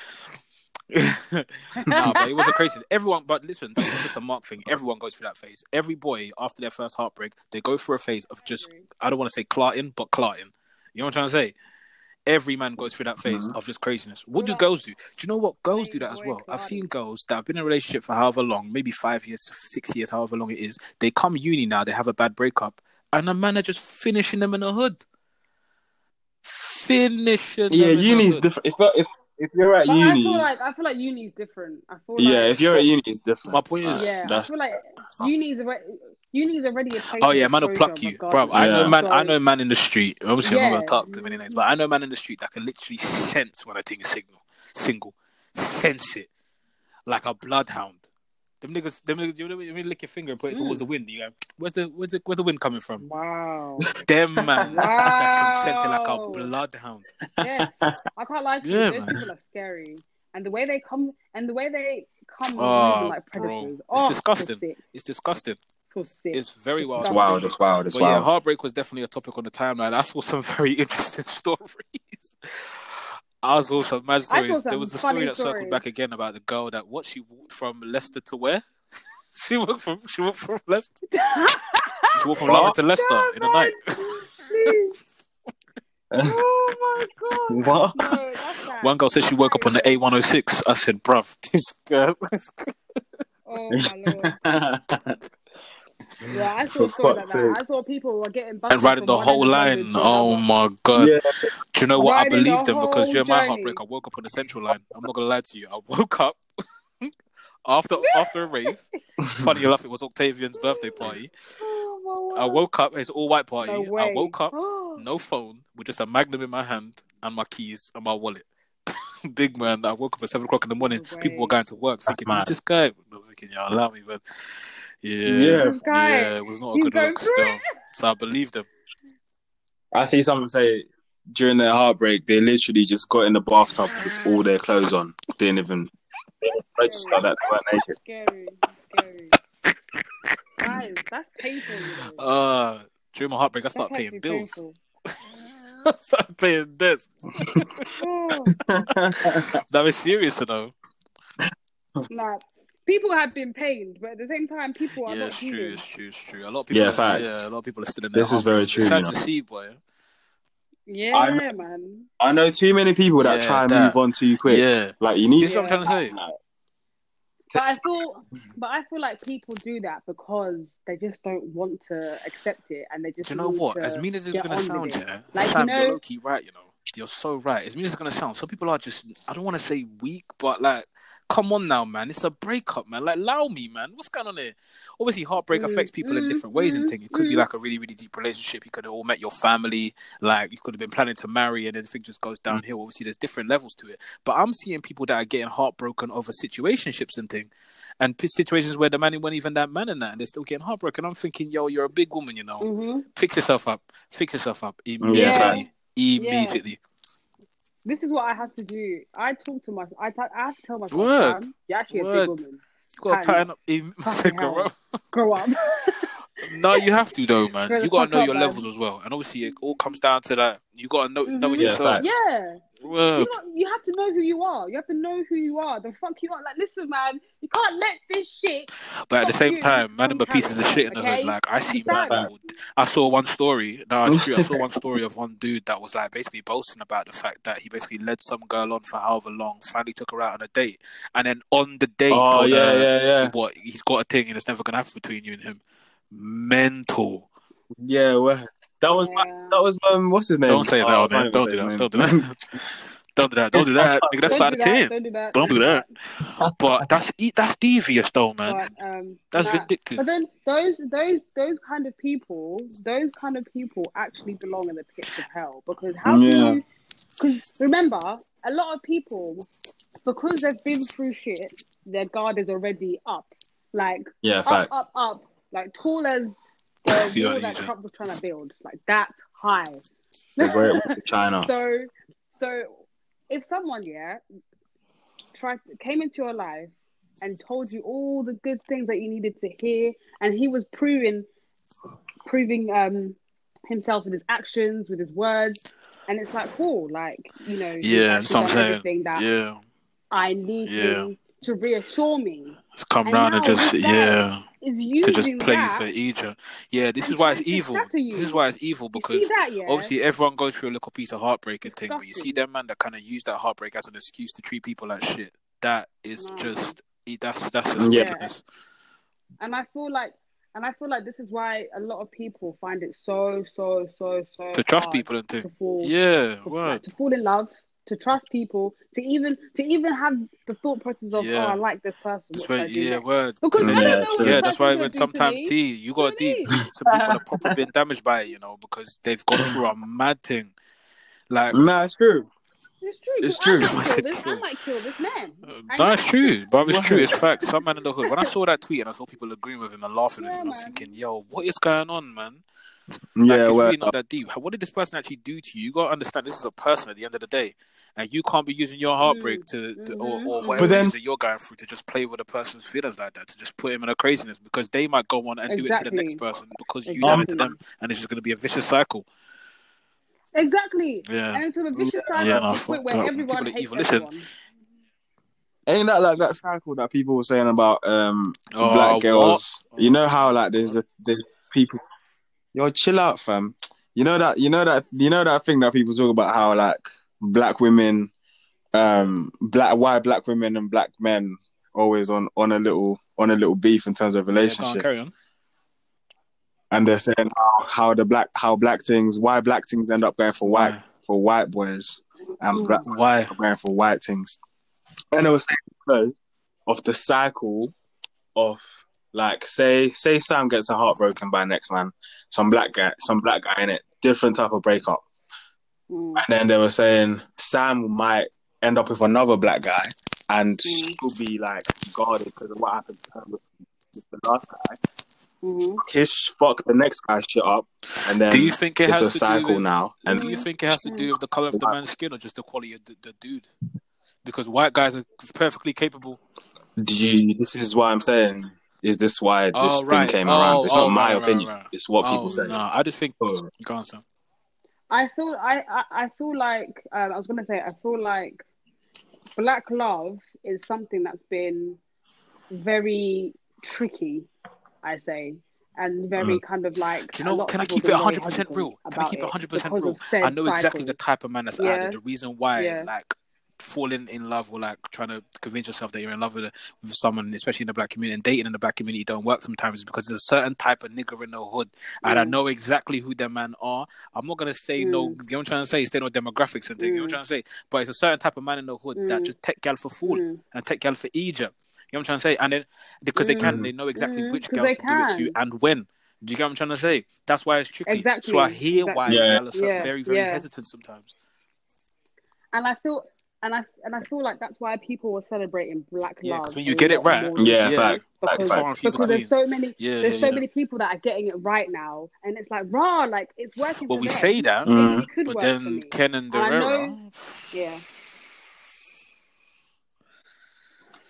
A: [LAUGHS] no,
C: [LAUGHS]
A: but it was a crazy. Everyone, but listen, that's not just a mark thing. Everyone goes through that phase. Every boy after their first heartbreak, they go through a phase of just. I don't want to say clarting, but clarting. You know what I'm trying to say? Every man goes through that phase
B: Mhm.
A: of just craziness. What do
C: Yeah.
A: girls do? Do you know what girls do that as
C: Playboy
A: well? I've
C: Cardi.
A: seen girls that have been in a relationship for however long, maybe five years, six years, however long it is. They come uni now, they have a bad breakup, and the man are just finishing them in the hood. Finishing. them
B: Yeah,
A: in the
B: uni's
A: hood.
B: different. If, if if you're at
C: But I
B: uni,
C: feel like I feel like uni's different. I feel
B: yeah,
C: like
B: if you're at uni, it's different.
A: My point is-
C: yeah, I
B: that's
C: feel like uni's already uni's already a place.
A: Oh yeah,
C: of
A: man will
C: exposure,
A: pluck you, bro.
C: regardless.
A: I know
B: Yeah.
A: man. I
C: So-
A: know man in the street. Obviously, I'm not
C: Yeah.
A: gonna talk to many names, but I know man in the street that can literally sense when I take a signal, single, sense it like a bloodhound. Them niggas, them niggas, you know, you lick your finger and put it towards
C: Mm.
A: the wind. You go, where's the, where's the, where's the wind coming from?
C: [LAUGHS] Wow.
A: Them man that can sense it like a
C: Wow.
A: bloodhound.
C: yes. I can't lie to you.
A: Yeah,
C: Those
A: man.
C: people are scary, and the way they come and the way they come
A: Oh,
C: at you like
A: bro.
C: predators.
A: It's
C: Oh,
A: disgusting.
C: Feel sick.
A: It's disgusting.
C: Feel sick. [LAUGHS]
A: It's very wild.
B: it's wild. It's wild. It's
A: But yeah,
B: wild.
A: heartbreak was definitely a topic on the timeline. I saw some [LAUGHS] very interesting stories. I saw some mad
C: saw
A: stories. There
C: some
A: was a
C: funny
A: story that circled
C: stories.
A: back again about the girl that what she walked from Leicester to where? [LAUGHS] she walked from she walked from Leicester. She walked from London to
C: Oh,
A: Leicester in the night.
C: Please.
B: [LAUGHS]
C: Oh my god.
B: what?
C: No, that's sad.
A: oh [LAUGHS] One girl said she woke up on the A106. I said, bruv, this girl.
C: Oh, Oh my lord!
A: [LAUGHS]
C: Yeah, I saw
B: For
C: stories like
B: fuck's
C: that.
B: sake.
C: I saw people were getting busted
A: and riding
C: from
A: the
C: one
A: whole
C: end of London
A: line.
C: to
A: Oh
C: another.
A: my god!
B: yeah,
A: Do you know what? I
C: Riding the
A: believe them because
C: whole
A: during my
C: journey.
A: heartbreak, I woke up on the central line. I'm not gonna lie to you. I woke up [LAUGHS] after after a
B: [LAUGHS]
A: rave. Funny enough, it was Octavian's birthday party.
C: Oh, my
A: I
C: word.
A: woke up. It's all white party.
C: No
A: I
C: way. Oh.
A: woke
C: [GASPS]
A: up, no phone, with just a magnum in my hand and my keys and my wallet. [LAUGHS] Big man. I woke up at seven o'clock in the morning.
C: No
A: People
C: way.
A: were going to work, thinking, "Who's
B: mad.
A: this guy?" I'm Thinking, "Yeah, allow me," but yeah,
B: Yeah.
A: yeah,
C: This guy,
A: it was not a
C: he's
A: good
C: going
A: look
C: through
A: still. So I believe them.
B: I see someone say during their heartbreak they literally just got in the bathtub with all their clothes on. Didn't even they didn't register that they weren't naked.
C: scary, scary. Guys, that's painful. You know.
A: Uh, during my heartbreak, I
C: that's
A: started paying
C: actually
A: bills.
C: painful.
A: I [LAUGHS] started paying this.
C: Oh,
A: That was serious, you know.
C: Oh, like, people have been pained, but at the same time, people are
A: yeah,
C: not
A: it's true,
C: human.
A: it's true, it's true. A lot of people,
B: Yeah,
A: are,
B: facts.
A: yeah, a lot of people are still in their
B: This is very
A: heartbreak.
B: true,
A: It's
B: you
A: sad
B: know.
A: to see, boy.
C: Yeah,
B: I'm-
C: man.
B: I know too many people that
A: Yeah,
B: try and
A: that.
B: move on too quick.
A: Yeah,
B: Like you need
A: this is what I'm trying to say.
C: But I
A: [LAUGHS]
C: feel, but I feel like people do that because they just don't want to accept it, and they just.
A: Do you know
C: need
A: what?
C: to
A: As mean as it's
C: get
A: gonna
C: on with
A: sound,
C: it.
A: yeah,
C: Like, you
A: Sam,
C: know-
A: you're low key right. You know, you're so right. As mean as it's gonna sound, some people are just—I don't want to say weak, but like, come on now, man. It's a breakup, man. Like, allow me, man. What's going on here? Obviously, heartbreak
C: Mm,
A: affects people in
C: mm,
A: different ways and
C: mm,
A: things. It could be
C: mm.
A: like a really, really deep relationship. You could have all met your family. Like, you could have been planning to marry, and then things just goes downhill. Obviously, there's different levels to it. But I'm seeing people that are getting heartbroken over situationships and things. And p- situations where the man wasn't even that man in that, and they're still getting heartbroken. I'm thinking, yo, you're a big woman, you know
C: Mhm.
A: fix yourself up. Fix yourself up immediately.
C: Yeah.
A: Immediately.
C: This is what I have to do. I talk to myself. I ta- I have to tell myself,
A: Word.
C: "Sam, you're actually
A: Word.
C: a big woman.
A: You gotta
C: Pattern
A: pattern up. Im- [LAUGHS]
C: Fucking hell.
A: Grow up. [LAUGHS]
C: Grow up." [LAUGHS]
A: no, you have to though,
C: Grow
A: man.
C: the
A: You gotta
C: fuck
A: know
C: up,
A: your
C: man.
A: levels as well, and obviously it all comes down to that. You gotta know
C: Mhm.
A: knowing
B: Yeah,
A: yourself.
B: facts.
C: yeah.
A: Word.
C: you know, you have to know who you are. You have to know who you are. The fuck you are. Like, listen, man, you can't let this shit.
A: But at the
C: Fuck
A: same
C: you.
A: time, man,
C: Come
A: them are pieces of
C: carry on,
A: shit in the hood.
C: okay?
A: Like I see man.
C: Understand?
A: that would- I saw one story. No, it's true. I saw one story of one dude that was like basically boasting about the fact that he basically led some girl on for however long, finally took her out on a date, and then on the date,
B: Oh
A: told
B: yeah,
A: her,
B: yeah, yeah.
A: what he's got a thing and it's never gonna happen between you and him. Mental.
B: Yeah, well, that was my,
C: Yeah.
B: that was um, what's his name?
A: Don't say that,
B: Oh, I
A: man.
B: can't
A: Don't
B: even
A: do
B: say
A: that.
B: his name.
A: Don't do that. Don't do
B: [LAUGHS]
A: that. Nigga, that's five
C: Don't do
A: out of ten.
C: that, Don't do that.
A: Don't do that. But that's e- that's devious though, man.
C: But, um,
A: that's
C: nah.
A: vindictive.
C: But then those those those kind of people, those kind of people actually belong in the pits of hell because how
B: Yeah.
C: can you? Because remember, a lot of people, because they've been through shit, their guard is already up. Like
B: yeah,
C: up,
B: fact.
C: up, up, like tall as
B: [LAUGHS]
C: the
A: Yeah,
C: wall that
A: these are-
C: Trump was trying to build, like that high.
B: The way it was in
A: [LAUGHS]
B: China.
A: Oh.
C: So, so if someone yeah tried came into your life and told you all the good things that you needed to hear, and he was proving, proving um himself with his actions, with his words, and it's like cool, like you know, he's
A: Yeah,
C: actually
A: that's what I'm
C: done
A: saying.
C: everything that
A: Yeah,
C: I need
A: Yeah.
C: him to reassure me.
A: it's come
C: And
A: round and
C: now
A: just
C: this guy
A: yeah
C: Is
A: to
C: using
A: just play you
C: that
A: for Egypt. Yeah, this
C: He
A: is why it's
C: tries to
A: evil.
C: shatter you.
A: This is why it's evil
C: You
A: because
C: see that, yeah?
A: obviously everyone goes through a little piece of heartbreak and thing, but you see
C: Disgusting.
A: them man that kind of use that heartbreak as an excuse to treat people like shit. That is
C: No.
A: just that's that's just
B: Yeah.
A: wickedness.
C: and I feel like, and I feel like this is why a lot of people find it so, so, so, so
A: to trust
C: hard
A: people and to
C: to fall,
A: yeah,
C: to, like,
A: word.
C: to fall in love, to trust people, to even to even have the thought process of,
A: Yeah.
C: oh, I like this person.
A: That's
C: What should
A: why,
C: I do
A: yeah,
C: next?
A: word.
C: Because I don't
B: Yeah,
C: know what
B: true.
C: this
A: Yeah, that's
C: person's
A: why
C: gonna
A: when
C: do to
A: sometimes
C: me.
A: D, you got
C: You know
A: deep.
C: what I
A: Some people are
C: [LAUGHS]
A: proper been damaged by it, you know, because they've gone through a mad thing. Like,
B: No, it's true.
C: It's true.
B: It's
C: 'cause
B: true.
C: I might
A: It's
C: kill this. I
A: true.
C: might kill this man. I
A: that's
C: know.
A: true, but it's
B: What?
C: [LAUGHS]
A: true. It's fact. Some man in the hood. When I saw that tweet and I saw people agreeing with him and laughing with him,
C: Yeah,
A: I'm
C: man.
A: thinking, yo, what is going on, man? Like,
B: Yeah,
A: it's
B: well, uh,
A: really not that deep. What did this person actually do to you? You got to understand this is a person at the end of the day. And you can't be using your heartbreak to, to or, or
C: Mhm.
A: whatever
B: But then-
A: it is that you're going through to just play with a person's feelings like that, to just put him in a craziness because they might go on and do it to the
C: Exactly.
A: next person because you
C: Exactly.
A: done it to them. And it's just going to be a vicious cycle.
C: Exactly.
A: Yeah.
C: And it's sort of vicious cycle
A: Yeah,
C: yeah,
A: no,
C: to the point
A: fuck
C: where
A: that.
C: everyone
A: People are
C: hates
A: evil. Listen,
C: everyone.
B: ain't that like that cycle that people were saying about um
A: Oh,
B: black
A: what?
B: girls? You know how like there's a, there's people. Yo, chill out, fam. You know that you know that you know that thing that people talk about how like black women, um, black why black women and black men always on on a little on a little beef in terms of
A: Yeah, go on,
B: relationship,
A: carry on.
B: and they're saying oh, how the black how black things why black things end up going for white
A: Why?
B: for white boys and black
A: Why?
B: going for white things, and they were saying so, of the cycle of like say say Sam gets her heart broken by next man, some black guy some black guy in it different type of breakup.
C: Mm.
B: And then they were saying Sam might end up with another black guy, and she could be like guarded because of what happened to her with, with the last guy.
C: Mhm.
B: His fuck the next guy shit up, and then
A: Do you think it
B: it's a
A: has to do
B: cycle
A: with,
B: now. And
A: Do you think it has to do with the color of the man's skin or just the quality of the, the dude? Because white guys are perfectly capable.
B: do you, this is what I'm saying. Is this why this
A: Oh,
B: thing
A: right.
B: came
A: Oh,
B: around? It's
A: oh,
B: not my
A: right, right,
B: opinion.
A: right.
B: It's what people
A: oh,
B: say.
A: No, I just think.
B: Oh.
A: Go on, Sam.
C: I feel I, I, I feel like um, I was gonna say I feel like black love is something that's been very tricky, I say, and very kind of like.
A: Mm. Do you
C: a
A: know?
C: lot
A: Can
C: of
A: I
C: people
A: keep it
C: been very
A: 100 percent
C: hesitant
A: real? Can I
C: about
A: keep it 100 percent
C: because of
A: real?
C: said
A: I know exactly
C: cycles.
A: the type of man that's out
C: Yeah.
A: there. The reason why,
C: Yeah.
A: like, falling in love or like trying to convince yourself that you're in love with, a, with someone, especially in the black community, and dating in the black community don't work sometimes because there's a certain type of nigger in the hood, and I
C: Mm.
A: know exactly who them man are. I'm not gonna say no. You know what I'm trying to say? It's no demographics and things. You know what I'm
C: Mm.
A: trying to say? But it's a certain type of man in the hood that
C: Mm.
A: just take gal for fool
C: Mm.
A: and take gal for Egypt. You know what I'm trying to say? And then because they can,
B: Mm.
A: they know exactly
C: Mm,
A: which
C: 'cause
A: girls
C: they
A: to do it to
C: can.
A: and when. Do you get what I'm trying to say? That's why it's tricky.
C: Exactly,
A: So I hear why
B: exactly. Yeah.
A: girls are
C: Yeah,
A: very, very
C: yeah.
A: hesitant sometimes.
C: And I feel and I and I feel like that's why people were celebrating black
A: Yeah, 'cause
C: love.
A: when you
C: a
A: get it
C: lot
A: right,
C: more
B: Yeah,
A: Yeah.
B: fact. fact,
C: Because-
B: fact.
A: Far and few
C: because there's
A: between.
C: so many
A: Yeah,
C: there's
A: yeah,
C: so
A: yeah.
C: many people that are getting it right now, and it's like raw, like it's working.
A: Well,
C: for
A: we
C: them.
A: say that,
B: Mm.
C: it could
A: but
C: work for
A: then
C: me.
A: Ken and
C: And I
A: Derrera.
C: know- yeah.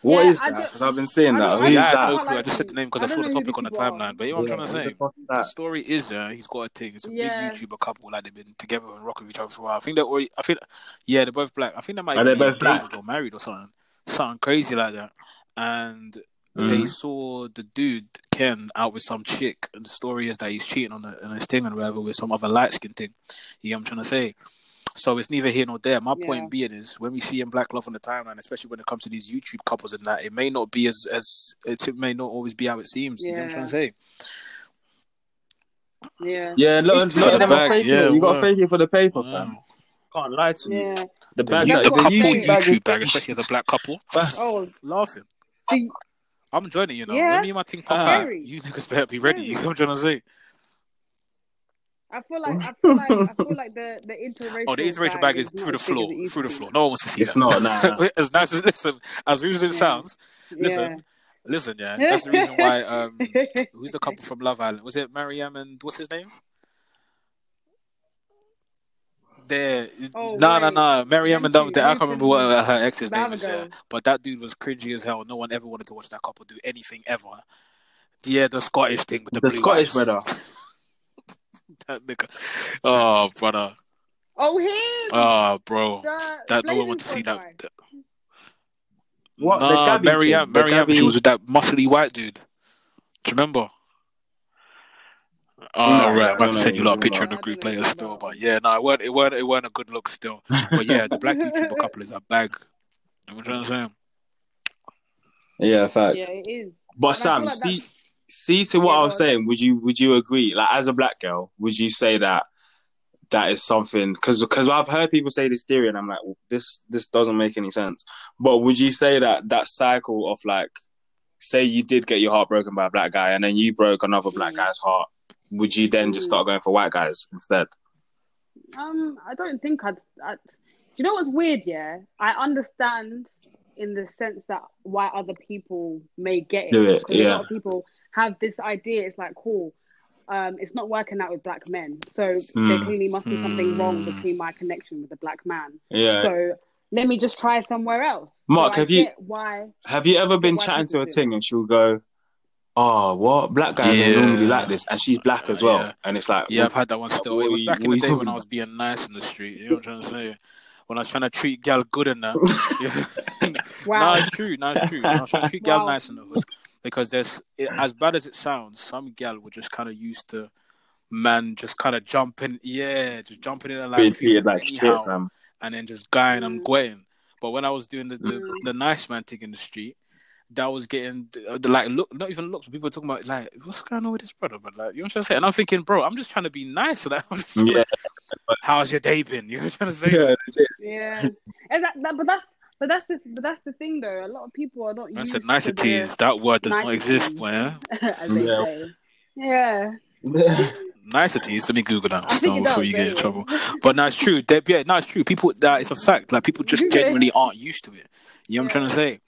B: What
C: Yeah,
B: is
C: I
B: that?
C: don't-
B: Because I've been seeing
C: I
B: that.
C: don't-
B: Who's
A: Yeah,
B: that?
A: I know
C: Not
A: too. I
C: like
A: just said the
C: you.
A: name because I,
C: I
A: saw
C: don't
A: the
C: know who
A: topic on the
C: these people are.
A: timeline. But you know what I'm trying to say?
B: What's
A: The
B: that?
A: story is, uh, he's got a thing. It's a big
C: Yeah.
A: YouTuber couple, like they've been together and rocking with each other for a while. I think they're already. I think, yeah, they're both black. I think they might
B: Are they
A: even be
B: both black?
A: engaged or married or something, something crazy like that. And they
B: Mm.
A: saw the dude Ken out with some chick, and the story is that he's cheating on, a, on his thing and whatever with some other light skin thing. You know what I'm trying to say? So it's neither here nor there. My
C: Yeah.
A: point being is when we see in Black Love on the timeline, especially when it comes to these YouTube couples and that, it may not be as as it may not always be how it seems. You know what I'm
C: Yeah.
A: trying to say?
C: Yeah.
B: Yeah,
C: It's
B: look,
C: just
B: look,
A: the
B: they were
A: bag,
B: faking
A: yeah,
B: it. You got
A: wow.
B: to fake it for the paper,
A: Wow.
B: fam. Can't lie to you.
C: Yeah.
B: The
A: The, YouTube
B: bag, that,
C: That's
B: the
C: what I'm
A: couple,
C: saying.
B: YouTube bag is
A: YouTube bag, especially as a black couple,
C: Oh,
A: laughing.
C: do-
A: I'm joining you know.
C: Yeah.
A: When me and my team pop
B: Ah.
A: out,
C: Very.
A: you niggas better be ready. You
C: Very.
A: know what [LAUGHS] I'm trying to say?
C: I feel like I feel like I feel like the the interracial.
A: Oh, the interracial bag is through the floor, through the floor. No one wants to see
B: It's
A: that.
B: not, nah. nah.
A: [LAUGHS] as nice as listen, as weird as it
C: Yeah.
A: sounds,
C: Listen.
A: Listen, listen,
C: [LAUGHS]
A: yeah. That's the reason why. Um, who's the couple from Love Island? Was it Mariam and what's his name? There,
C: Oh,
A: no, no,
C: wait.
A: no. Mariam and the other.
C: Mention-
A: I can't remember what
C: mention
A: uh, her ex's
C: the
A: name
C: other
A: is. uh, Yeah,
C: girl.
A: but that dude was cringy as hell. No one ever wanted to watch that couple do anything ever. Yeah, the Scottish thing with the,
B: The
A: blue
B: Scottish
A: eyes.
B: brother.
A: [LAUGHS] That nigga. Oh, brother.
C: Oh, him.
A: Oh, bro.
C: The
A: That no one
C: Blazing
A: wanted to see
C: Squad
A: that.
B: [LAUGHS] What? The
A: Nah,
B: Gabby
A: Mariam.
B: thing? The
A: Mariam. She
B: Gabby...
A: was with that muscly white dude. Do you remember? Oh
B: No,
A: right,
C: guy.
A: I'm about to
B: no,
A: send you
B: no,
A: lot a
B: no,
A: picture
B: no.
A: in the
C: I don't
A: group
C: know
A: later
C: about
A: still,
C: that
A: but
C: one.
A: yeah, no, it weren't it weren't it weren't a good look still. But yeah, the black YouTuber couple is a bag. You know what
C: [LAUGHS]
A: I'm trying to say?
B: Yeah, fact.
C: Yeah, it is.
B: But
C: And I feel
B: Sam,
C: like
B: see,
C: that's
B: see to what
C: yeah,
B: I
C: go
B: was
C: on.
B: saying. Would you would you agree? Like, as a black girl, would you say that that is something? Because because I've heard people say this theory, and I'm like, well, this this doesn't make any sense. But would you say that that cycle of like, say you did get your heart broken by a black guy, and then you broke another black
C: Mm.
B: guy's heart, would you then just
C: Mm.
B: start going for white guys instead?
C: Um, I don't think I'd, i Do you know what's weird? Yeah, I understand in the sense that why other people may get it.
B: Do it,
C: 'Cause A
B: yeah.
C: lot of people have this idea. It's like, cool. Um, it's not working out with black men, so there
B: Mm.
C: clearly must be something wrong
A: Mm.
C: between my connection with a black man.
B: Yeah.
C: So let me just try somewhere else.
B: Mark,
C: so I
B: have you-
C: get why?
B: Have you ever been
C: Why
B: chatting to
C: people
B: a
C: do it.
B: ting and she'll go, "Oh, what? Black guys are
A: Yeah.
B: normally like this," and she's black as well,
A: Yeah.
B: and it's like,
A: Yeah, I've had that one
B: what-
A: still.
B: what
A: It
B: are
A: was
B: you-
A: back in
B: what are
A: the
B: you
A: day when
B: talking
A: I was being nice in the street, you know what I'm trying to say? When I was trying to treat gal good and that.
B: [LAUGHS]
A: [LAUGHS] Yeah.
C: Wow.
A: No, it's true. No, it's true. I was trying to treat gal
C: Wow.
A: nice in the hood because there's it, as bad as it sounds, some gal were just kind of used to man just kind of jumping, yeah, just jumping in and
B: being
A: like treating
B: treated
A: them
B: like shit,
A: anyhow,
B: fam.
A: and then just going and
C: Mm.
A: going. But when I was doing the, the,
C: Mm.
A: the nice man thing in the street, that was getting uh, the, like look, not even looks. People were talking about like, what's going on with this brother? But like, you know what I'm saying? And I'm thinking, bro, I'm just trying to be nice. [LAUGHS] Like, I'm just-
B: Yeah.
A: how's your day been? You know what I'm trying to say?
B: Yeah. [LAUGHS]
C: Yeah, and that, that, but that's but that's the but that's the thing though. A lot of people are not.
A: I
C: used
A: said
C: to
A: niceties. That word does not
C: niceties.
A: exist, man.
C: the- [LAUGHS] as they
B: Yeah.
C: say. Yeah,
A: Niceties. Let me Google that
C: [LAUGHS] I think
A: still
C: it
A: before
C: does,
A: you get in
C: anyway.
A: trouble. But no, it's true. They, yeah, no, it's true. People, that it's a fact. Like people just
C: [LAUGHS] Yeah.
A: generally aren't used to it. You know what I'm trying
C: Yeah.
A: to say?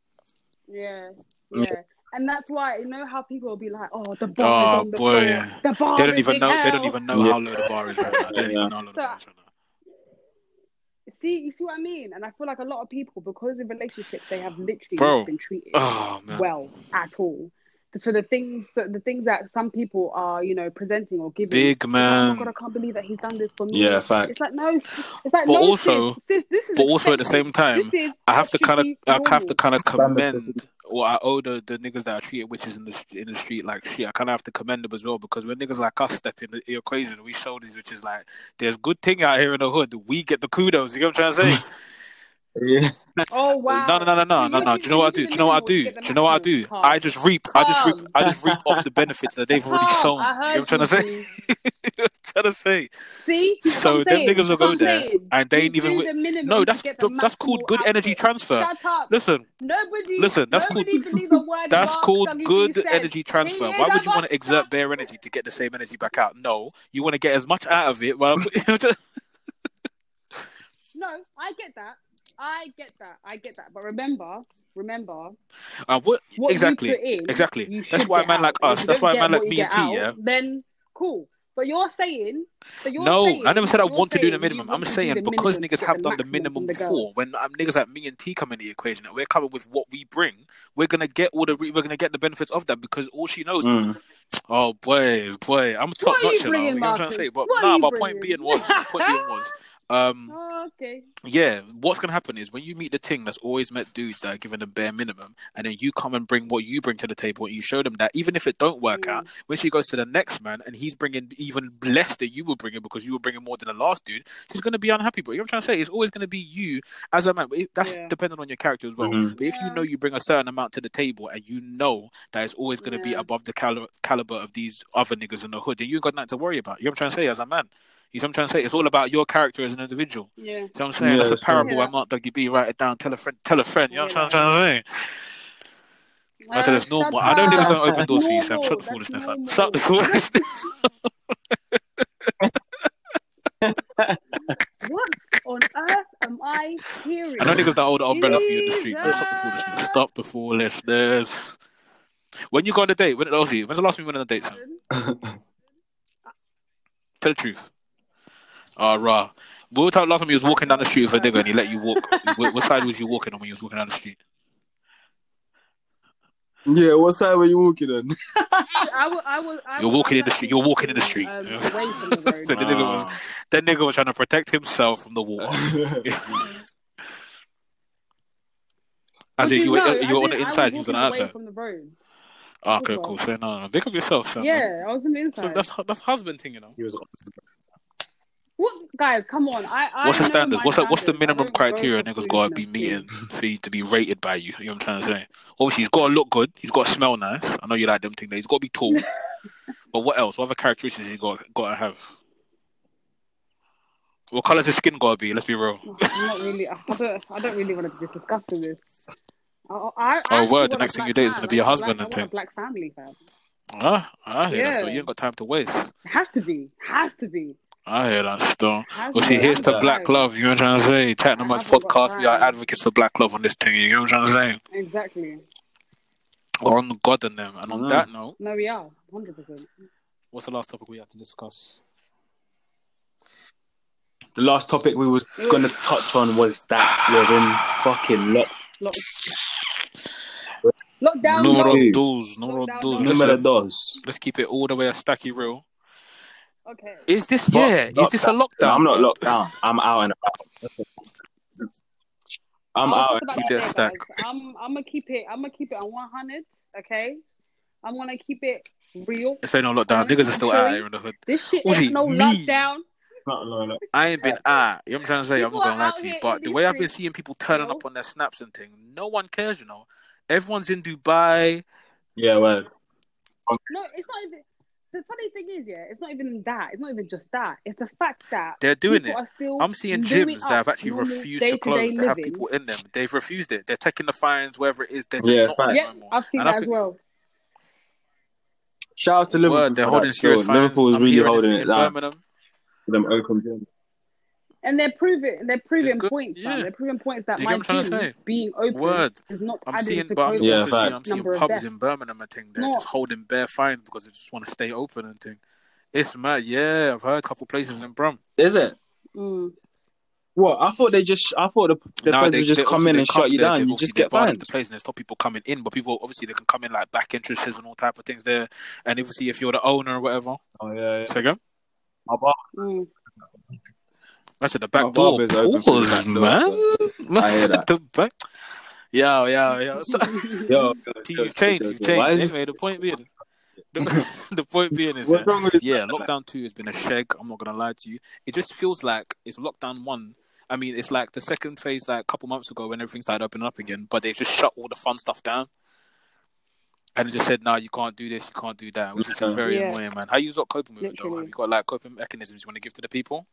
C: [LAUGHS] yeah,
B: Yeah.
C: yeah. And that's why you know how people will be like, "Oh, the bar
A: Oh
C: is on the
A: boy,
C: floor. The bar
A: they don't
C: is
A: even
C: in
A: know. They
C: hell."
A: don't even know
B: Yeah.
A: how low the bar is right now. They don't
B: Yeah.
A: even know how low the bar is right now.
C: See, you see what I mean? And I feel like a lot of people, because in relationships, they have literally
A: Bro.
C: not been treated
A: Oh man.
C: well at all. So the things, so the things that some people are, you know, presenting or giving,
A: Big
C: oh my
A: man.
C: god, I can't believe that he's done this for
B: [LAUGHS]
C: me.
B: yeah, fact.
C: It's like no, it's like
A: But
C: no,
A: also-
C: sis, sis, this is
A: But also at the
C: accepted.
A: same time,
C: This is
A: I have to
C: that should
A: kind of,
C: be
A: I have to
C: normal.
A: kind of
B: Standard.
A: commend, or I owe the, the niggas that are treated witches in the st- in the street like shit. I kind of have to commend them as well because when niggas like us step in the the equation, we show these witches like there's good thing out here in the hood. We get the kudos. You know what I'm trying to say?
B: Yeah.
C: Oh [LAUGHS] wow!
A: No, no, no, no, no,
C: You
A: no, no. Do you know what I do? Do you know what I do? Do you know what I do?
C: minimal
A: I
C: to get
A: just reap. I just reap.
C: Calm.
A: I just reap off the benefits that they've
C: the maximum.
A: already sown.
C: Calm, I heard
A: [LAUGHS] You know what I'm trying to say?
C: you,
A: trying to say.
C: [LAUGHS] See, That's
A: So
C: what I'm
A: them
C: saying.
A: niggas will
C: That's
A: go
C: what I'm
A: there,
C: saying.
A: and they ain't
C: You
A: even
C: do
A: wi-
C: the minimum
A: No,
C: to
A: that's
C: get the
A: that's called
C: maximal
A: good energy
C: output.
A: transfer.
C: Shut up!
A: Listen,
C: Nobody.
A: Listen, that's
C: nobody
A: called-
C: believes a
A: [LAUGHS]
C: word
A: That's
C: Mark
A: called
C: Zuckerberg
A: good
C: said.
A: energy transfer.
C: He is
A: Why
C: a
A: would you want to
C: monster.
A: exert bare energy to get the same energy back out? No, you want to get as much out of
C: [LAUGHS]
A: it. Well, [LAUGHS]
C: No, I get that. I get that. I get that. But remember, remember,
A: uh, what,
C: what
A: exactly,
C: you put in,
A: exactly.
C: you
A: That's
C: should
A: why a
C: get
A: man
C: out.
A: like
C: And if
A: us-
C: you
A: that's
C: don't
A: why a
C: get
A: man like
C: what you
A: me
C: get
A: and
C: out,
A: T, yeah?
C: Then cool. But you're saying, but you're
A: no,
C: saying,
A: I never said I
C: you're
A: want to do the
C: saying you
A: minimum.
C: want
A: I'm
C: to do
A: saying
C: the
A: because
C: minimum to
A: niggas
C: get
A: have
C: the
A: done the
C: maximum from
A: minimum
C: the girl.
A: before. When um, niggas like me and T come in the equation, and we're coming with what we bring, we're gonna get all the re- we're gonna get the benefits of that because all she knows.
B: Mm.
A: Oh boy, boy, I'm top
C: What
A: notch.
C: are you
A: You know,
C: bringing,
A: you know what I'm trying to
C: Marcus?
A: say. But
C: What are
A: nah,
C: you
A: but point
C: bringing?
A: being was point being
C: [LAUGHS]
A: was um.
C: Oh, okay.
A: Yeah, what's gonna happen is when you meet the thing that's always met dudes that are given the bare minimum, and then you come and bring what you bring to the table, and you show them that even if it don't work
C: Mm.
A: out, when she goes to the next man and he's bringing even less than you were bringing because you were bringing more than the last dude, she's gonna be unhappy. But you know what I'm trying to say? It's always gonna be you as a man. But if- That's
C: Yeah.
A: dependent on your character as well.
B: Mhm.
A: But if you
C: Yeah.
A: know you bring a certain amount to the table and you know that it's always gonna be
C: Yeah.
A: above the cali- caliber of these other niggas in the hood, then you ain't got nothing to worry about. You know what I'm trying to say? As a man, you know what I'm trying to say? It's all about your character as an individual.
C: Yeah.
A: You know what I'm saying?
B: Yeah,
A: That's a
B: that's true.
A: parable.
C: Yeah.
A: I'm not Dougie B. Write it down. Tell a friend. Tell a friend. You know what I'm
C: Yeah.
A: trying to say? I said it's
C: Uh,
A: normal.
C: shut
A: I know niggas
C: up.
A: don't open doors for you, Sam.
C: normal.
A: Shut the
C: That's
A: foolishness up.
C: normal.
A: Shut the foolishness.
C: What on earth am I hearing?
A: [LAUGHS] I know niggas don't hold an umbrella for you in the street. But stop the
C: Jesus.
A: foolishness. Stop the foolishness. When you go on a date, when Ozzy, when's the last time you went on a date, Sam?
C: Pardon?
A: Tell the truth. Ah, rah. What was the last time you was walking down the street with a nigga and he let you
C: [LAUGHS]
A: walk? Wh- what side was you walking on when you was walking down the street?
B: Yeah, what side were you walking [LAUGHS] on?
C: I was, I was, I
A: You're
C: was-
A: walking
C: I
A: in the
C: was
A: street. You're walking in the
C: actually,
A: street.
C: Um, away
A: [LAUGHS]
C: from the road.
A: The nigga
B: [LAUGHS]
A: was- That nigga was trying to protect himself from the water. As
C: But
A: in, you were,
C: know,
A: you were
C: I
A: on the
C: did- I was
A: inside, you was on
C: walking
A: the
C: away
A: outside.
C: from the road.
A: Ah,
C: as
A: okay,
C: well.
A: cool. So no, no, big of yourself, Sam. man.
C: Yeah, I was on the
A: So
C: inside.
A: that's that's husband thing, you know.
B: he was
C: what guys? Come on, I, I
A: What's the
C: know
A: standards?
C: my
A: What's the, what's the
C: standards. I
A: minimum
C: don't go
A: criteria
C: for
A: niggas gotta be
C: foolishness,
A: meeting
C: please.
A: for you to be rated by you? You know what I'm trying to say? Obviously, he's gotta look good. He's gotta smell nice. I know you like them things. He's gotta be
C: [LAUGHS]
A: tall. but what else? What other characteristics he got gotta have? What colour's his skin gotta be? Let's be real.
C: Oh, I'm not really. I don't. I don't really want to be discussing this. I, I, I
A: Oh,
C: actually
A: word,
C: want
A: the
C: a
A: next thing you
C: black
A: do is
C: man.
A: gonna be a
C: I want
A: husband and
C: black, I want
A: thing.
C: a black family, fam.
A: Ah, I hear that still.
C: Yeah.
A: You ain't got time to waste.
C: It has to be. Has to be.
A: I hear that still.
C: Has
A: Well,
C: to
A: see,
C: be. I
A: here's
C: haven't
A: to
C: got
A: black
C: time.
A: love. You know what I'm trying to say? Tottenham
C: I
A: Us
C: haven't got
A: podcast. We are
C: time.
A: advocates for black love on this thing. You know what I'm trying to say?
C: Exactly.
A: Or on God and them. And on
B: Mm.
A: that note,
C: No, we are. Hundred percent.
A: what's the last topic we had to discuss?
B: The last topic we was gonna touch on was that we're in fucking lock.
C: Lock- Lockdown.
A: numero
C: no.
B: Dude.
A: dos, numero
C: Lockdown
A: dos.
C: mode.
B: Numero
A: Listen,
B: dos.
A: let's keep it all the way a stacky real.
C: Okay.
A: Is this
B: But
A: yeah? Is this a lockdown?
B: I'm not
A: bro?
B: locked down. I'm out and about. I'm
C: I'll
B: out.
C: talk about
A: Keep
C: that
A: it a
C: later,
A: stack.
C: guys. I'm I'm gonna keep it. I'm gonna keep it on 100. Okay. I'm gonna keep it real.
A: This ain't no lockdown. Niggas are still out here in the hood.
C: This shit
A: Uzi,
C: ain't no
A: me.
C: lockdown.
B: No, no, no.
A: I ain't been ah. You know what I'm trying to say? I'm
C: People
A: not gonna
C: are
A: lie
C: out
A: to you,
C: here in
A: but the
C: these
A: way I've been
C: streets,
A: seeing people turning
C: you know?
A: up on their snaps and thing, no one cares. You know, Everyone's in Dubai.
B: Yeah, well,
C: No, it's not even. The funny thing is, yeah, it's not even that. It's not even just that. It's the fact that
A: They're doing
C: people
A: it.
C: Are still
A: I'm seeing
C: doing
A: gyms that have
C: up
A: actually
C: normal
A: refused to close.
C: day-to-day
A: They have
C: living.
A: people in them. They've refused it. They're taking the fines, wherever it is. They're just
B: Yeah,
A: not on it
C: Yeah,
A: no more.
C: I've seen
A: And I
C: that as
A: think-
C: well.
B: shout out to
A: Word,
B: Liverpool.
A: they're
B: for
A: holding
B: that still.
A: serious fines.
B: Liverpool is
A: I'm
B: really
A: hearing
B: holding
A: in
B: it down
A: Birmingham.
B: for them open gyms.
C: And they're proving they're proving
A: good,
C: points, man.
A: yeah.
C: They're proving points that
A: Do you get
C: my
A: what I'm trying to
C: gym being open
A: Word.
C: is not
A: I'm
C: adding
A: seeing,
C: to
A: but I'm
C: COVID.
B: Yeah,
A: also seeing,
B: fact.
A: I'm seeing
C: Number of
A: pubs
C: deaths.
A: in Birmingham and thing. They're
C: No.
A: just holding bare fines because they just want to stay open and thing. It's mad. Yeah, I've heard a couple places in Brum.
B: Is it?
C: Mm.
B: What? I thought they just. I thought the, the
A: Now
B: feds
A: they-
B: would just
A: they-
B: come
A: obviously
B: in
A: they
B: and
A: can't-
B: shut you
A: they-
B: down.
A: they've
B: You
A: obviously
B: just get
A: barred up
B: fined.
A: The place and there's not people coming in, but people obviously they can come in like back entrances and all type of things there. And obviously if you're the owner or whatever,
B: Oh yeah, yeah.
A: so again,
B: My bar,
C: Mm. [LAUGHS]
A: that's at the
B: my
A: back door.
B: barber is open for the
A: Pause,
B: back door,
A: [LAUGHS] man.
B: so- I
A: That's
B: hear
A: at
B: that.
A: the back. Yeah, yeah,
B: [LAUGHS]
A: yeah. So,
B: Yo,
A: see, you've changed. You've
B: Why
A: changed.
B: is
A: Anyway, the point being,
B: [LAUGHS]
A: the, [LAUGHS] the point being is, yeah,
B: what's wrong with this?
A: yeah, lockdown two has been a shag. I'm not gonna lie to you. It just feels like it's lockdown one. I mean, it's like the second phase, like a couple months ago when everything started opening up again, but they just shut all the fun stuff down. And they just said, "No, you can't do this, you can't do that," which is just
B: Yeah.
A: very
C: Yeah.
A: annoying, man. How you not coping with it though?
C: Literally.
A: Have you got like coping mechanisms you want to give to the people?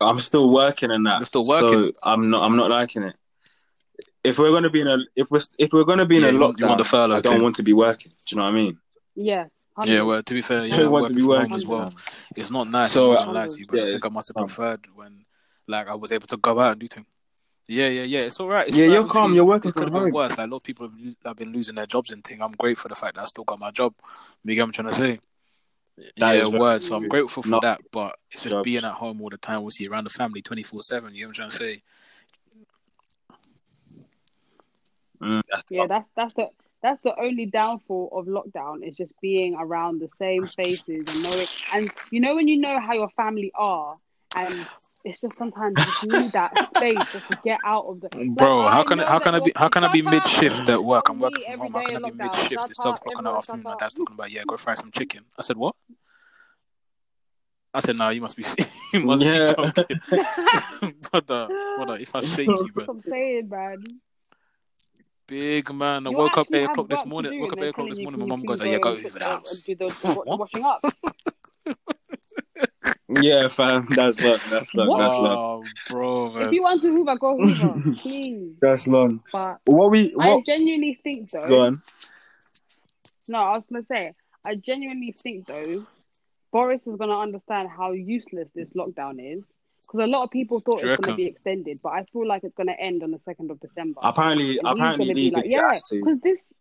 B: I'm still working in that.
A: You're still working.
B: So I'm not. I'm not liking it. If we're gonna be in a, if we're if we're gonna be in
A: Yeah,
B: a
A: you want-
B: lockdown,
A: you want the furlough
B: I don't
A: too.
B: want to be working. Do you know what I mean?
C: Yeah.
A: Yeah, well, to be fair,
B: I
A: yeah,
B: don't want
A: working
B: to be
A: from
B: working
A: home as
B: you
A: well.
B: know?
A: It's not nice.
B: So,
A: I'm not gonna lie to you, but
B: yeah,
A: I think
B: it's
A: I must have
B: fun.
A: preferred when, like, I was able to go out and do things. Yeah, yeah, yeah. It's all right. It's
B: Yeah,
A: all right.
B: you're calm,
A: Obviously,
B: you're working
A: It could have
B: from
A: been
B: home.
A: worse. Like a lot of people have, lo- have been losing their jobs and thing. I'm grateful for the fact that I still got my job. You get what I'm trying to say? yeah,
B: That is right.
A: word. So I'm grateful for
B: Not
A: that. But it's just
B: jobs.
A: being at home all the time. Obviously, around the family, twenty four seven. You know what I'm trying to say?
B: Mm, that's-
A: Oh.
C: Yeah, that's that's the that's the only downfall of lockdown is just being around the same faces and knowing and you know when you know how your family are and it's just sometimes you just need that space just to get out of the like,
A: Bro,
C: I
A: how can
C: know
A: I, how
C: that
A: can I be
C: you're-
A: how can
C: [LAUGHS]
A: I be
C: Shut up.
A: mid shift at work? I'm
C: Told
A: working
C: me
A: from
C: every
A: home. How
C: day
A: can I
C: in
A: be
C: lockdown,
A: mid shift? It's
C: shut
A: twelve
C: up,
A: o'clock in the
C: everyone
A: afternoon.
C: shut
A: My
C: up.
A: dad's talking about yeah, go fry some chicken. I said what? I said no, you must be [LAUGHS] you must
B: Yeah.
A: be
C: [LAUGHS]
A: talking. [LAUGHS] brother, brother, if I shake you, bro.
C: That's [LAUGHS] what I'm saying, man.
A: Big man, I
C: You
A: woke up
C: actually
A: eight
C: have
A: o'clock this
C: work to
A: morning.
C: do
A: Woke
C: and
A: up
C: they're
A: eight o'clock
C: telling
A: this
C: you,
A: morning. My
C: "Can you
A: mum goes,
C: please
A: oh,
C: go
A: "Yeah,
C: and
A: go
C: cook-
A: over the
C: uh,
A: house."
C: do the wa-
A: [LAUGHS] What?
C: washing up.
B: yeah, fam. That's long. That's long. That's long.
A: Oh, bro,
C: If
A: man.
C: you want to Hoover,
A: [LAUGHS]
C: go Hoover, please.
B: That's long.
C: But
B: What we what?
C: I genuinely think though.
B: Go on.
C: No, I was gonna say, I genuinely think though, Boris is gonna understand how useless this lockdown is because a lot of people thought
A: Do you
C: it's gonna
A: reckon?
C: be extended, but I feel like it's gonna end on the second of December.
B: Apparently,
C: And he's
B: apparently
C: gonna be
B: legally
C: like,
B: it
C: yeah,
B: has to.
C: because this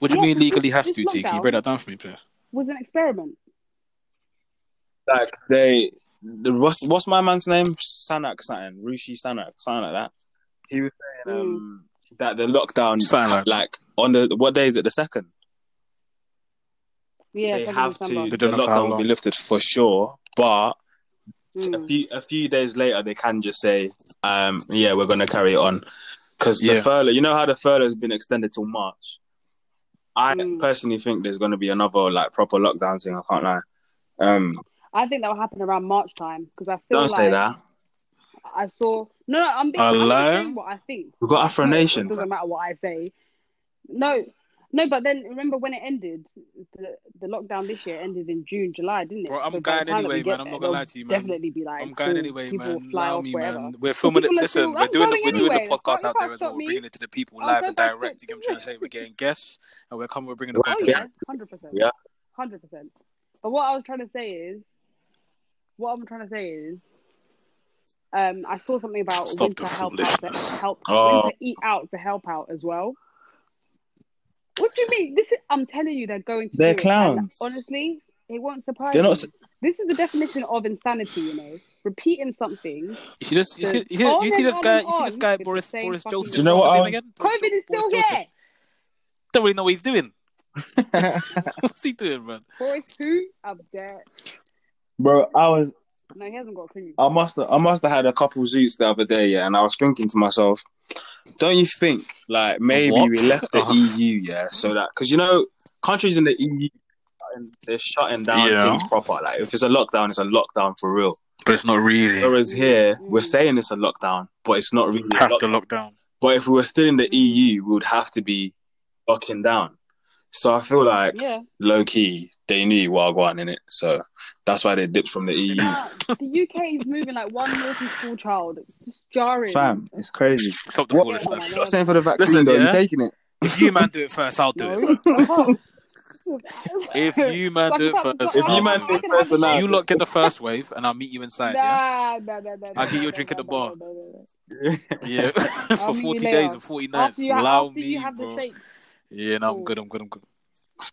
A: What do you
C: Yeah,
A: mean
C: this-
A: legally has
C: this
A: to, T? Can you
C: lockdown-
A: break that down for me, please?
C: was an experiment.
B: Like they, the, what's what's my man's name? Sanak something. Rushi Sanak, something like that. He was saying
C: Hmm.
B: um, that the lockdown,
A: Something like that.
B: like on the what day is it? The second.
C: Yeah,
B: they
C: second
B: have
C: of
B: to. [LAUGHS]
C: December.
A: They
B: The
A: don't know for how
B: lockdown will be
A: long.
B: lifted for sure, but a
C: Mm.
B: few a few days later they can just say, um, yeah, we're gonna carry it on because
A: Yeah.
B: the furlough. You know how the furlough has been extended till March. I
C: Mm.
B: personally think there's gonna be another like proper lockdown thing. I can't lie. Um,
C: I think that will happen around March time because I feel
B: don't
C: like
B: say that.
C: I saw no, no. I'm being.
A: A
C: I'm not
A: liar?
C: saying what I think.
B: We've got Afro
C: No,
B: Nation.
C: It doesn't matter what I say. No, no, but then remember when it ended, the, the lockdown this year ended in June, July, didn't it?
A: Bro, I'm
C: So by the
A: going
C: time that we
A: anyway,
C: get
A: man. I'm
C: there,
A: not
C: they'll
A: gonna lie to you, man.
C: Definitely be like,
A: I'm going
C: cool,
A: anyway,
C: people will
A: man.
C: fly
A: Now
C: off
A: me,
C: wherever.
A: man. We're filming it.
C: people are
A: Listen,
C: still-
A: we're
C: I'm
A: doing the,
C: going
A: we're doing the
C: anyway.
A: podcast
C: You
A: out there
C: can't
A: as well.
C: stop
A: We're
C: me.
A: bringing it to the people
C: I'll
A: live
C: go
A: and
C: back to-
A: direct. You get what I'm trying to say? We're getting guests, and we're coming. We're bringing the
C: Oh
B: Okay.
A: content.
C: yeah, hundred percent.
B: Yeah.
C: hundred percent. But what I was trying to say is, what I'm trying to say is, um, I saw something about
A: Stop
C: winter
A: the
C: help out to
A: foolishness.
C: help
B: Oh.
C: winter eat out to help out as well. What do you mean? This is, I'm telling you, they're going to.
B: They're
C: do it. And
B: clowns.
C: honestly, it won't surprise.
B: They're not
C: me.
B: s-
C: This is the definition of insanity. You know, repeating something.
A: You see this? You
C: The
A: see, you see, you
C: on
A: see
C: and
A: this
C: on
A: guy?
C: and
A: You see this
C: on
A: guy,
C: with the
A: Boris
C: same
A: Boris
C: fucking
A: Johnson.
C: Do
B: you know
A: What's
B: what,
A: his
B: um,
A: name again? Boris Jo-
C: COVID is still
A: Boris Johnson.
C: here.
A: Don't really know what he's
C: [LAUGHS]
A: doing. [LAUGHS] What's he doing, man?
C: Boris who? I'm dead.
B: Bro, I was
C: No, he hasn't got a clue.
B: I must have I must have had a couple zoots the other day, yeah, and I was thinking to myself, don't you think like maybe
A: What?
B: we
A: [LAUGHS]
B: left the
A: Uh-huh.
B: EU, yeah, so that because you know countries in the EU they're shutting down
A: Yeah.
B: things proper. Like if it's a lockdown, it's a lockdown for real.
A: But it's not really.
B: Whereas here
C: Mm.
B: we're saying it's a lockdown, but it's not really. a
A: Half
B: lock-
A: the lockdown.
B: But if we were still in the EU, we would have to be locking down. So I feel like
C: Yeah.
B: low key they knew Wagwan in it, so that's why they dipped from the E EU.
C: But the UK is moving like one naughty school child. It's just jarring.
D: Fam, it's crazy.
A: Stop the
D: What-
C: Yeah,
A: foolishness.
D: You're not saying for the vaccine
A: Listen,
D: though.
A: yeah.
D: You're taking it.
A: If you man do it first, I'll do it.
C: No.
A: [LAUGHS] If you man do it first,
B: If
C: "Oh,
B: you
A: I'll
B: man
A: do
B: do
A: it.
B: it first, then I'll
A: you
B: do
A: lot get the
C: [LAUGHS]
A: first wave, and I'll meet you inside. Yeah,
C: Nah, nah, nah, nah,
A: I'll
C: nah,
A: get you a
C: nah,
A: drink at
C: nah,
A: the
C: nah,
A: bar.
C: nah, nah, nah, nah.
A: yeah, [LAUGHS]
C: I'll
A: for
C: meet you
A: forty
C: later.
A: days and forty nights.
C: After you,
A: Allow
C: after you
A: me,
C: have the
A: bro.
C: shakes.
A: Yeah, no, I'm
C: Oh.
A: good. I'm good. I'm good.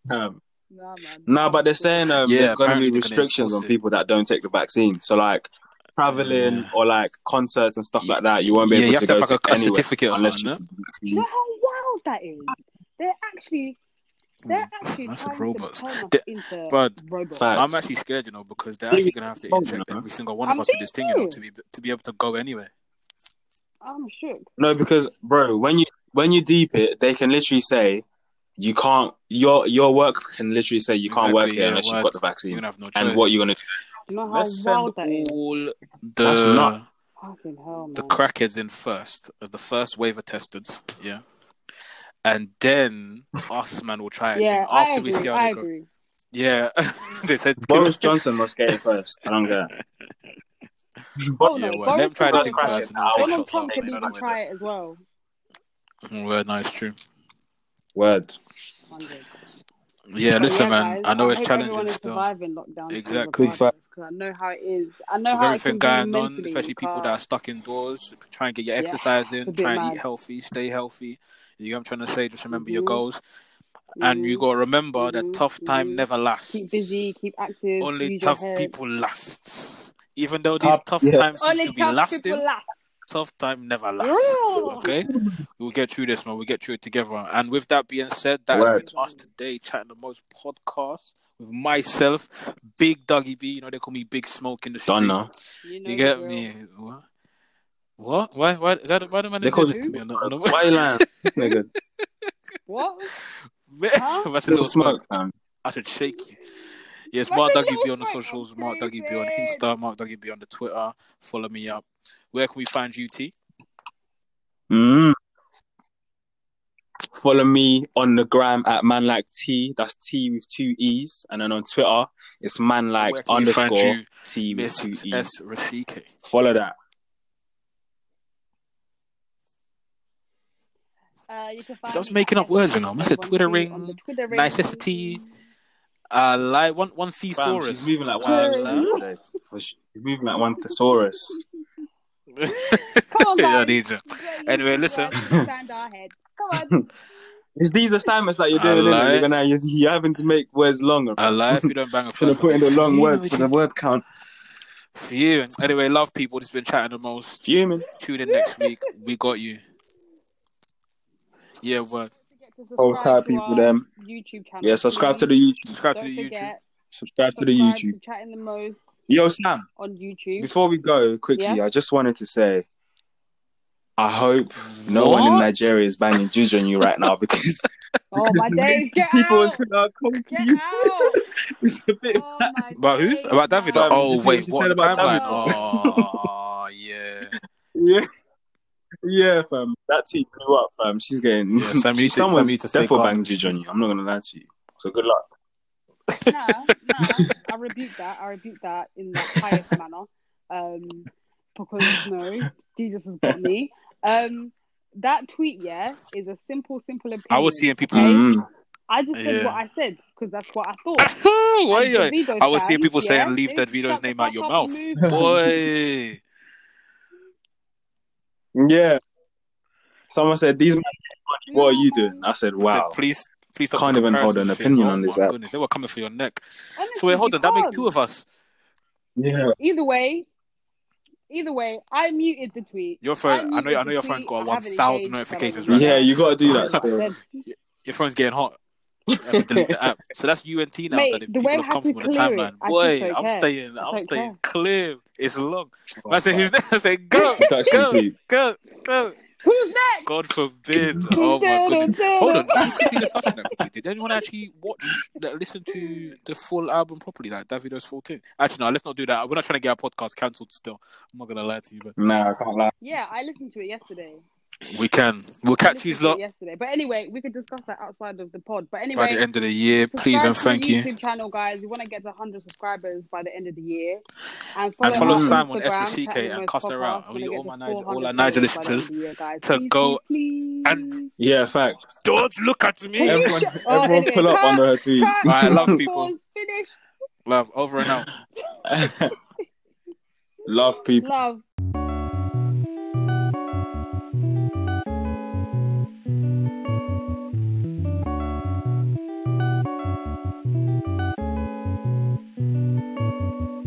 B: Um,
C: Nah, man.
B: no, but they're saying um,
A: Yeah,
B: there's going to
A: apparently
B: be
A: they're gonna
B: restrictions on
A: enforce it.
B: people that don't take the vaccine. So like traveling
A: Yeah.
B: or like concerts and stuff like that, you won't be
A: yeah,
B: able
A: you
B: to
A: have to
B: go
A: have
B: to
A: like a, a
B: anywhere
A: certificate or
B: unless
A: something.
B: you
A: no?
B: take the
C: Do
B: vaccine.
C: you know how wild that is? They're actually, they're
B: Hmm.
C: actually
A: massive
C: trying
A: robots.
C: to turn us
A: They-
C: into
A: but-
C: robots.
B: Fact.
A: I'm actually scared, you know, because they're actually gonna have to
B: Oh,
A: inject
B: no.
A: every single one
C: I'm
A: of us with this thing, you know,
C: thinking.
A: to be to be able to go anywhere.
C: I'm shook.
B: No, because bro, when you when you deep it, they can literally say you can't. Your your work can literally say you can't work
A: Exactly,
B: here
A: yeah,
B: unless you've
A: word.
B: got the vaccine.
A: You're gonna have no choice.
B: And what you're gonna do?
C: Do you know how
A: Let's send
C: wild that is?
A: all
B: That's
A: the
B: not-
C: Fucking hell, man.
A: the crackheads in first as the first wave are tested. Yeah. And then
B: [LAUGHS]
A: us man will try it.
C: yeah,
A: and
C: I
A: after we
C: agree.
A: see how
C: I
A: they go.
C: agree.
A: Yeah. [LAUGHS] they said
B: Boris Johnson must get it first. I
A: [LAUGHS]
B: don't care.
C: Oh,
A: Yeah,
C: no,
A: well, let them
C: Boris
A: try the
C: Johnson
A: thing
B: can-
A: first and then we'll take
C: Donald
A: shots
C: Trump
A: after.
C: could
A: you know,
C: even
A: that way
C: try it as well.
A: there. Well, no, it's true.
B: Word.
A: Yeah, listen,
C: yeah,
A: man.
C: guys,
A: I know it's
C: hope Everyone
A: challenging
C: is
A: still.
C: surviving lockdown.
A: Exactly.
D: Big fact.
C: Because I know how it is. I know
A: with
C: how
A: everything
C: it can be
A: going on,
C: mentally,
A: especially
C: you
A: people that are
C: can't-
A: stuck indoors, try and get your
C: Yeah,
A: exercise
C: it's a
A: in,
C: bit
A: try and eat
C: mad.
A: healthy, stay healthy. You know what I'm trying to say? Just remember your
C: Mhm.
A: goals. And you
C: Mhm.
A: got to remember that
C: Mhm.
A: tough time
C: Mhm.
A: never lasts.
C: Keep busy, keep active.
A: Only
C: use
A: tough
C: your head.
A: people last. Even though these
B: Tough-
A: tough
D: yeah.
A: times seem
C: Only
A: to be
C: tough
A: lasting,
C: people laugh.
A: tough time never lasts.
C: Real.
A: Okay? We'll get through this, man. We'll get through it together. And with that being said, that has
B: Word.
A: been us today chatting the most podcast with myself, Big Dougie B. You know, they call me Big Smoke in the street.
B: Don't know.
C: You know
A: You
C: the
A: get
C: drill.
A: me? What? What? Why? Why? Is that? Why the man
B: They
A: did
B: call
A: this
B: you
A: to me? On the, on the... [LAUGHS]
B: Why you lying? Nigga,
C: What? Huh?
A: That's a
B: little
A: little smoke.
B: smoke, man.
A: I should shake you. Yes,
C: That's
A: Mark
C: a
A: Dougie B
C: little
A: on the
C: smoke,
A: socials.
C: I'm
A: Mark Dougie B on
C: crazy.
A: Insta. Mark Dougie B on the Twitter. Follow me up. Where can we find you, T?
B: Mm. Follow me on the gram at man like T. That's T with two E's, and then on Twitter it's man like
A: Where can we find
B: underscore
A: you,
B: T with two E.
A: Miss
B: E's.
A: S Rasike?
B: Follow that.
C: Uh, you can find
A: Stop
C: me
A: making
C: at
A: up words, you know.
C: SSS12
A: Mr. Twittering,
C: on the Twitter
A: [LAUGHS]
C: ring.
A: Nicessity, uh, like one one
B: Fam,
A: thesaurus.
B: she's moving like one
A: Uh,
B: thesaurus today. For sh- She's moving like one thesaurus.
C: Come
A: [LAUGHS]
C: on,
A: Yeah,
C: guys.
A: these are-
C: Get
A: Anyway,
C: used
A: listen.
C: to words Behind our head.
B: [LAUGHS]
C: Come on.
B: It's these assignments that you're
A: I
B: doing, innit?
A: like-
B: You're gonna you're, you're having to make words longer.
A: I lie if you don't bang a
D: Should have
A: first
D: put in the
A: one.
D: long
A: You know
D: words
A: what
D: for
A: you-
D: the word count.
A: for you. Anyway, love people. This has been chatting the most.
B: Fuming.
A: Tune in next week. We got you. Yeah, well,
D: Hold tight, people, them.
C: YouTube channel.
B: Yeah, subscribe to the YouTube.
A: subscribe to
C: Don't
A: the YouTube.
C: forget,
B: Subscribe to the
C: subscribe
B: YouTube.
C: to Chatting the Most
B: Yo, Sam.
C: on YouTube.
B: Before we go quickly, I just wanted to say, I hope no one in
A: What?
B: Nigeria is banging juice on you right
C: [LAUGHS]
B: now because [LAUGHS]
C: Oh my
B: the
C: days,
B: racist
C: get
B: people
C: out!
B: into our
C: Get
B: country
C: out!
B: is a bit.
C: Oh
A: [LAUGHS]
C: my
A: About who?
C: days,
A: About David?
C: man.
B: Fam, you
A: Oh,
B: just- you
A: wait,
B: just
A: what?
B: said
A: The
B: about
A: timeline?
C: David.
B: [LAUGHS]
A: Oh, yeah.
B: Yeah, yeah, fam. That tweet blew up, fam. She's getting.
A: Yeah, Sam, you need to- Sam,
B: someone's
A: you need to stay
B: definitely
A: calm.
B: banging juice on you. I'm not gonna lie to you. So good luck.
A: oh.
C: Nah, nah. I rebuke that. I rebuke that in the highest manner. Um, because no, Jesus has got me. Um, that tweet, yeah, is a simple, simple opinion.
A: I was seeing people.
C: Okay.
B: Mm.
C: I just said
A: Yeah.
C: what I said because that's what I thought.
A: [LAUGHS] Why
B: [LAUGHS]
C: And
A: you-
C: Davido's
A: I was seeing
C: fans,
A: people
C: yeah,
A: saying, leave
C: they
A: that video's
C: shut the
A: name out
C: fuck
A: your
C: up
A: mouth.
C: and move on.
A: Boy.
B: Yeah. Someone said these. men- [LAUGHS] What are you doing? I said,
A: I said,
B: wow.
A: please, please stop
B: Can't
A: the
B: even hold
A: comparison
B: an
A: shit.
B: opinion
A: Oh
B: on this
A: my
B: app.
A: goodness, They were coming for your neck.
C: Honestly,
A: So wait, hold
C: you
A: on. That makes
C: can't.
A: two of us.
B: Yeah.
C: Either way, either way, I muted the tweet.
A: Your phone. I,
C: muted
A: know. I
C: the
A: know your
C: tweet,
A: phone's got
C: I
A: one
C: haven't
A: thousand
C: engaged,
A: notifications
C: I
A: right
C: don't
B: Yeah,
A: now.
C: know.
B: you gotta do
C: [LAUGHS]
B: that.
C: Like I
B: Still.
C: said,
A: Your phone's getting hot. I
C: [LAUGHS]
A: have to delete the app. So that's you and T now
C: Mate,
A: that it-
C: the
A: people have
C: wave had
A: come
C: to
A: from on the
C: clear it.
A: timeline.
C: I just
A: Boy,
C: don't
A: I'm
C: care.
A: staying.
C: I
A: I'm
C: don't
A: staying
C: care.
A: clear. It's long.
B: Oh,
A: I said,
B: fuck.
A: who's next? [LAUGHS] I said, go,
B: It's actually
A: go,
B: deep.
A: go, go.
C: Who's next?
A: God forbid.
C: [LAUGHS]
A: Oh my goodness. Hold on. Did you think it's such a that quickly? Did anyone actually watch, like, listen to the full album properly, like Davido's 14? Actually, no, let's not do that. We're not trying to get our podcast cancelled still. I'm not going to lie to you, but
B: Nah, I can't lie.
C: Yeah, I listened to it yesterday.
A: We can. We'll catch these lot
C: yesterday. But anyway, we could discuss that outside of the pod. But
A: by
C: anyway,
A: the end of the year. Please
C: subscribe
A: and thank
C: to the
A: you.
C: YouTube channel, guys. We want to get to 100 subscribers by the end of the year. And
A: And follow
C: us on
A: Sam on
C: Instagram,
A: SBCK
C: Cat in the
A: and
C: Most
A: cuss her out. I
C: Podcast. Wanna
A: need
C: get
A: all
C: to
A: my Nigel- all our
C: 400
A: Nigel
C: followers by the end
A: listeners
C: of the year, guys.
A: to
C: Please,
A: go
C: please,
A: and-
C: please.
B: Yeah, fact.
A: Don't look at me.
C: Hey,
B: Everyone,
C: shut- oh,
B: everyone
C: anyway,
B: pull up
C: cut,
B: under her tweet.
C: cut,
A: Right, I love people.
C: pause, finish,
A: Love over and out.
B: [LAUGHS] Love people.
C: love.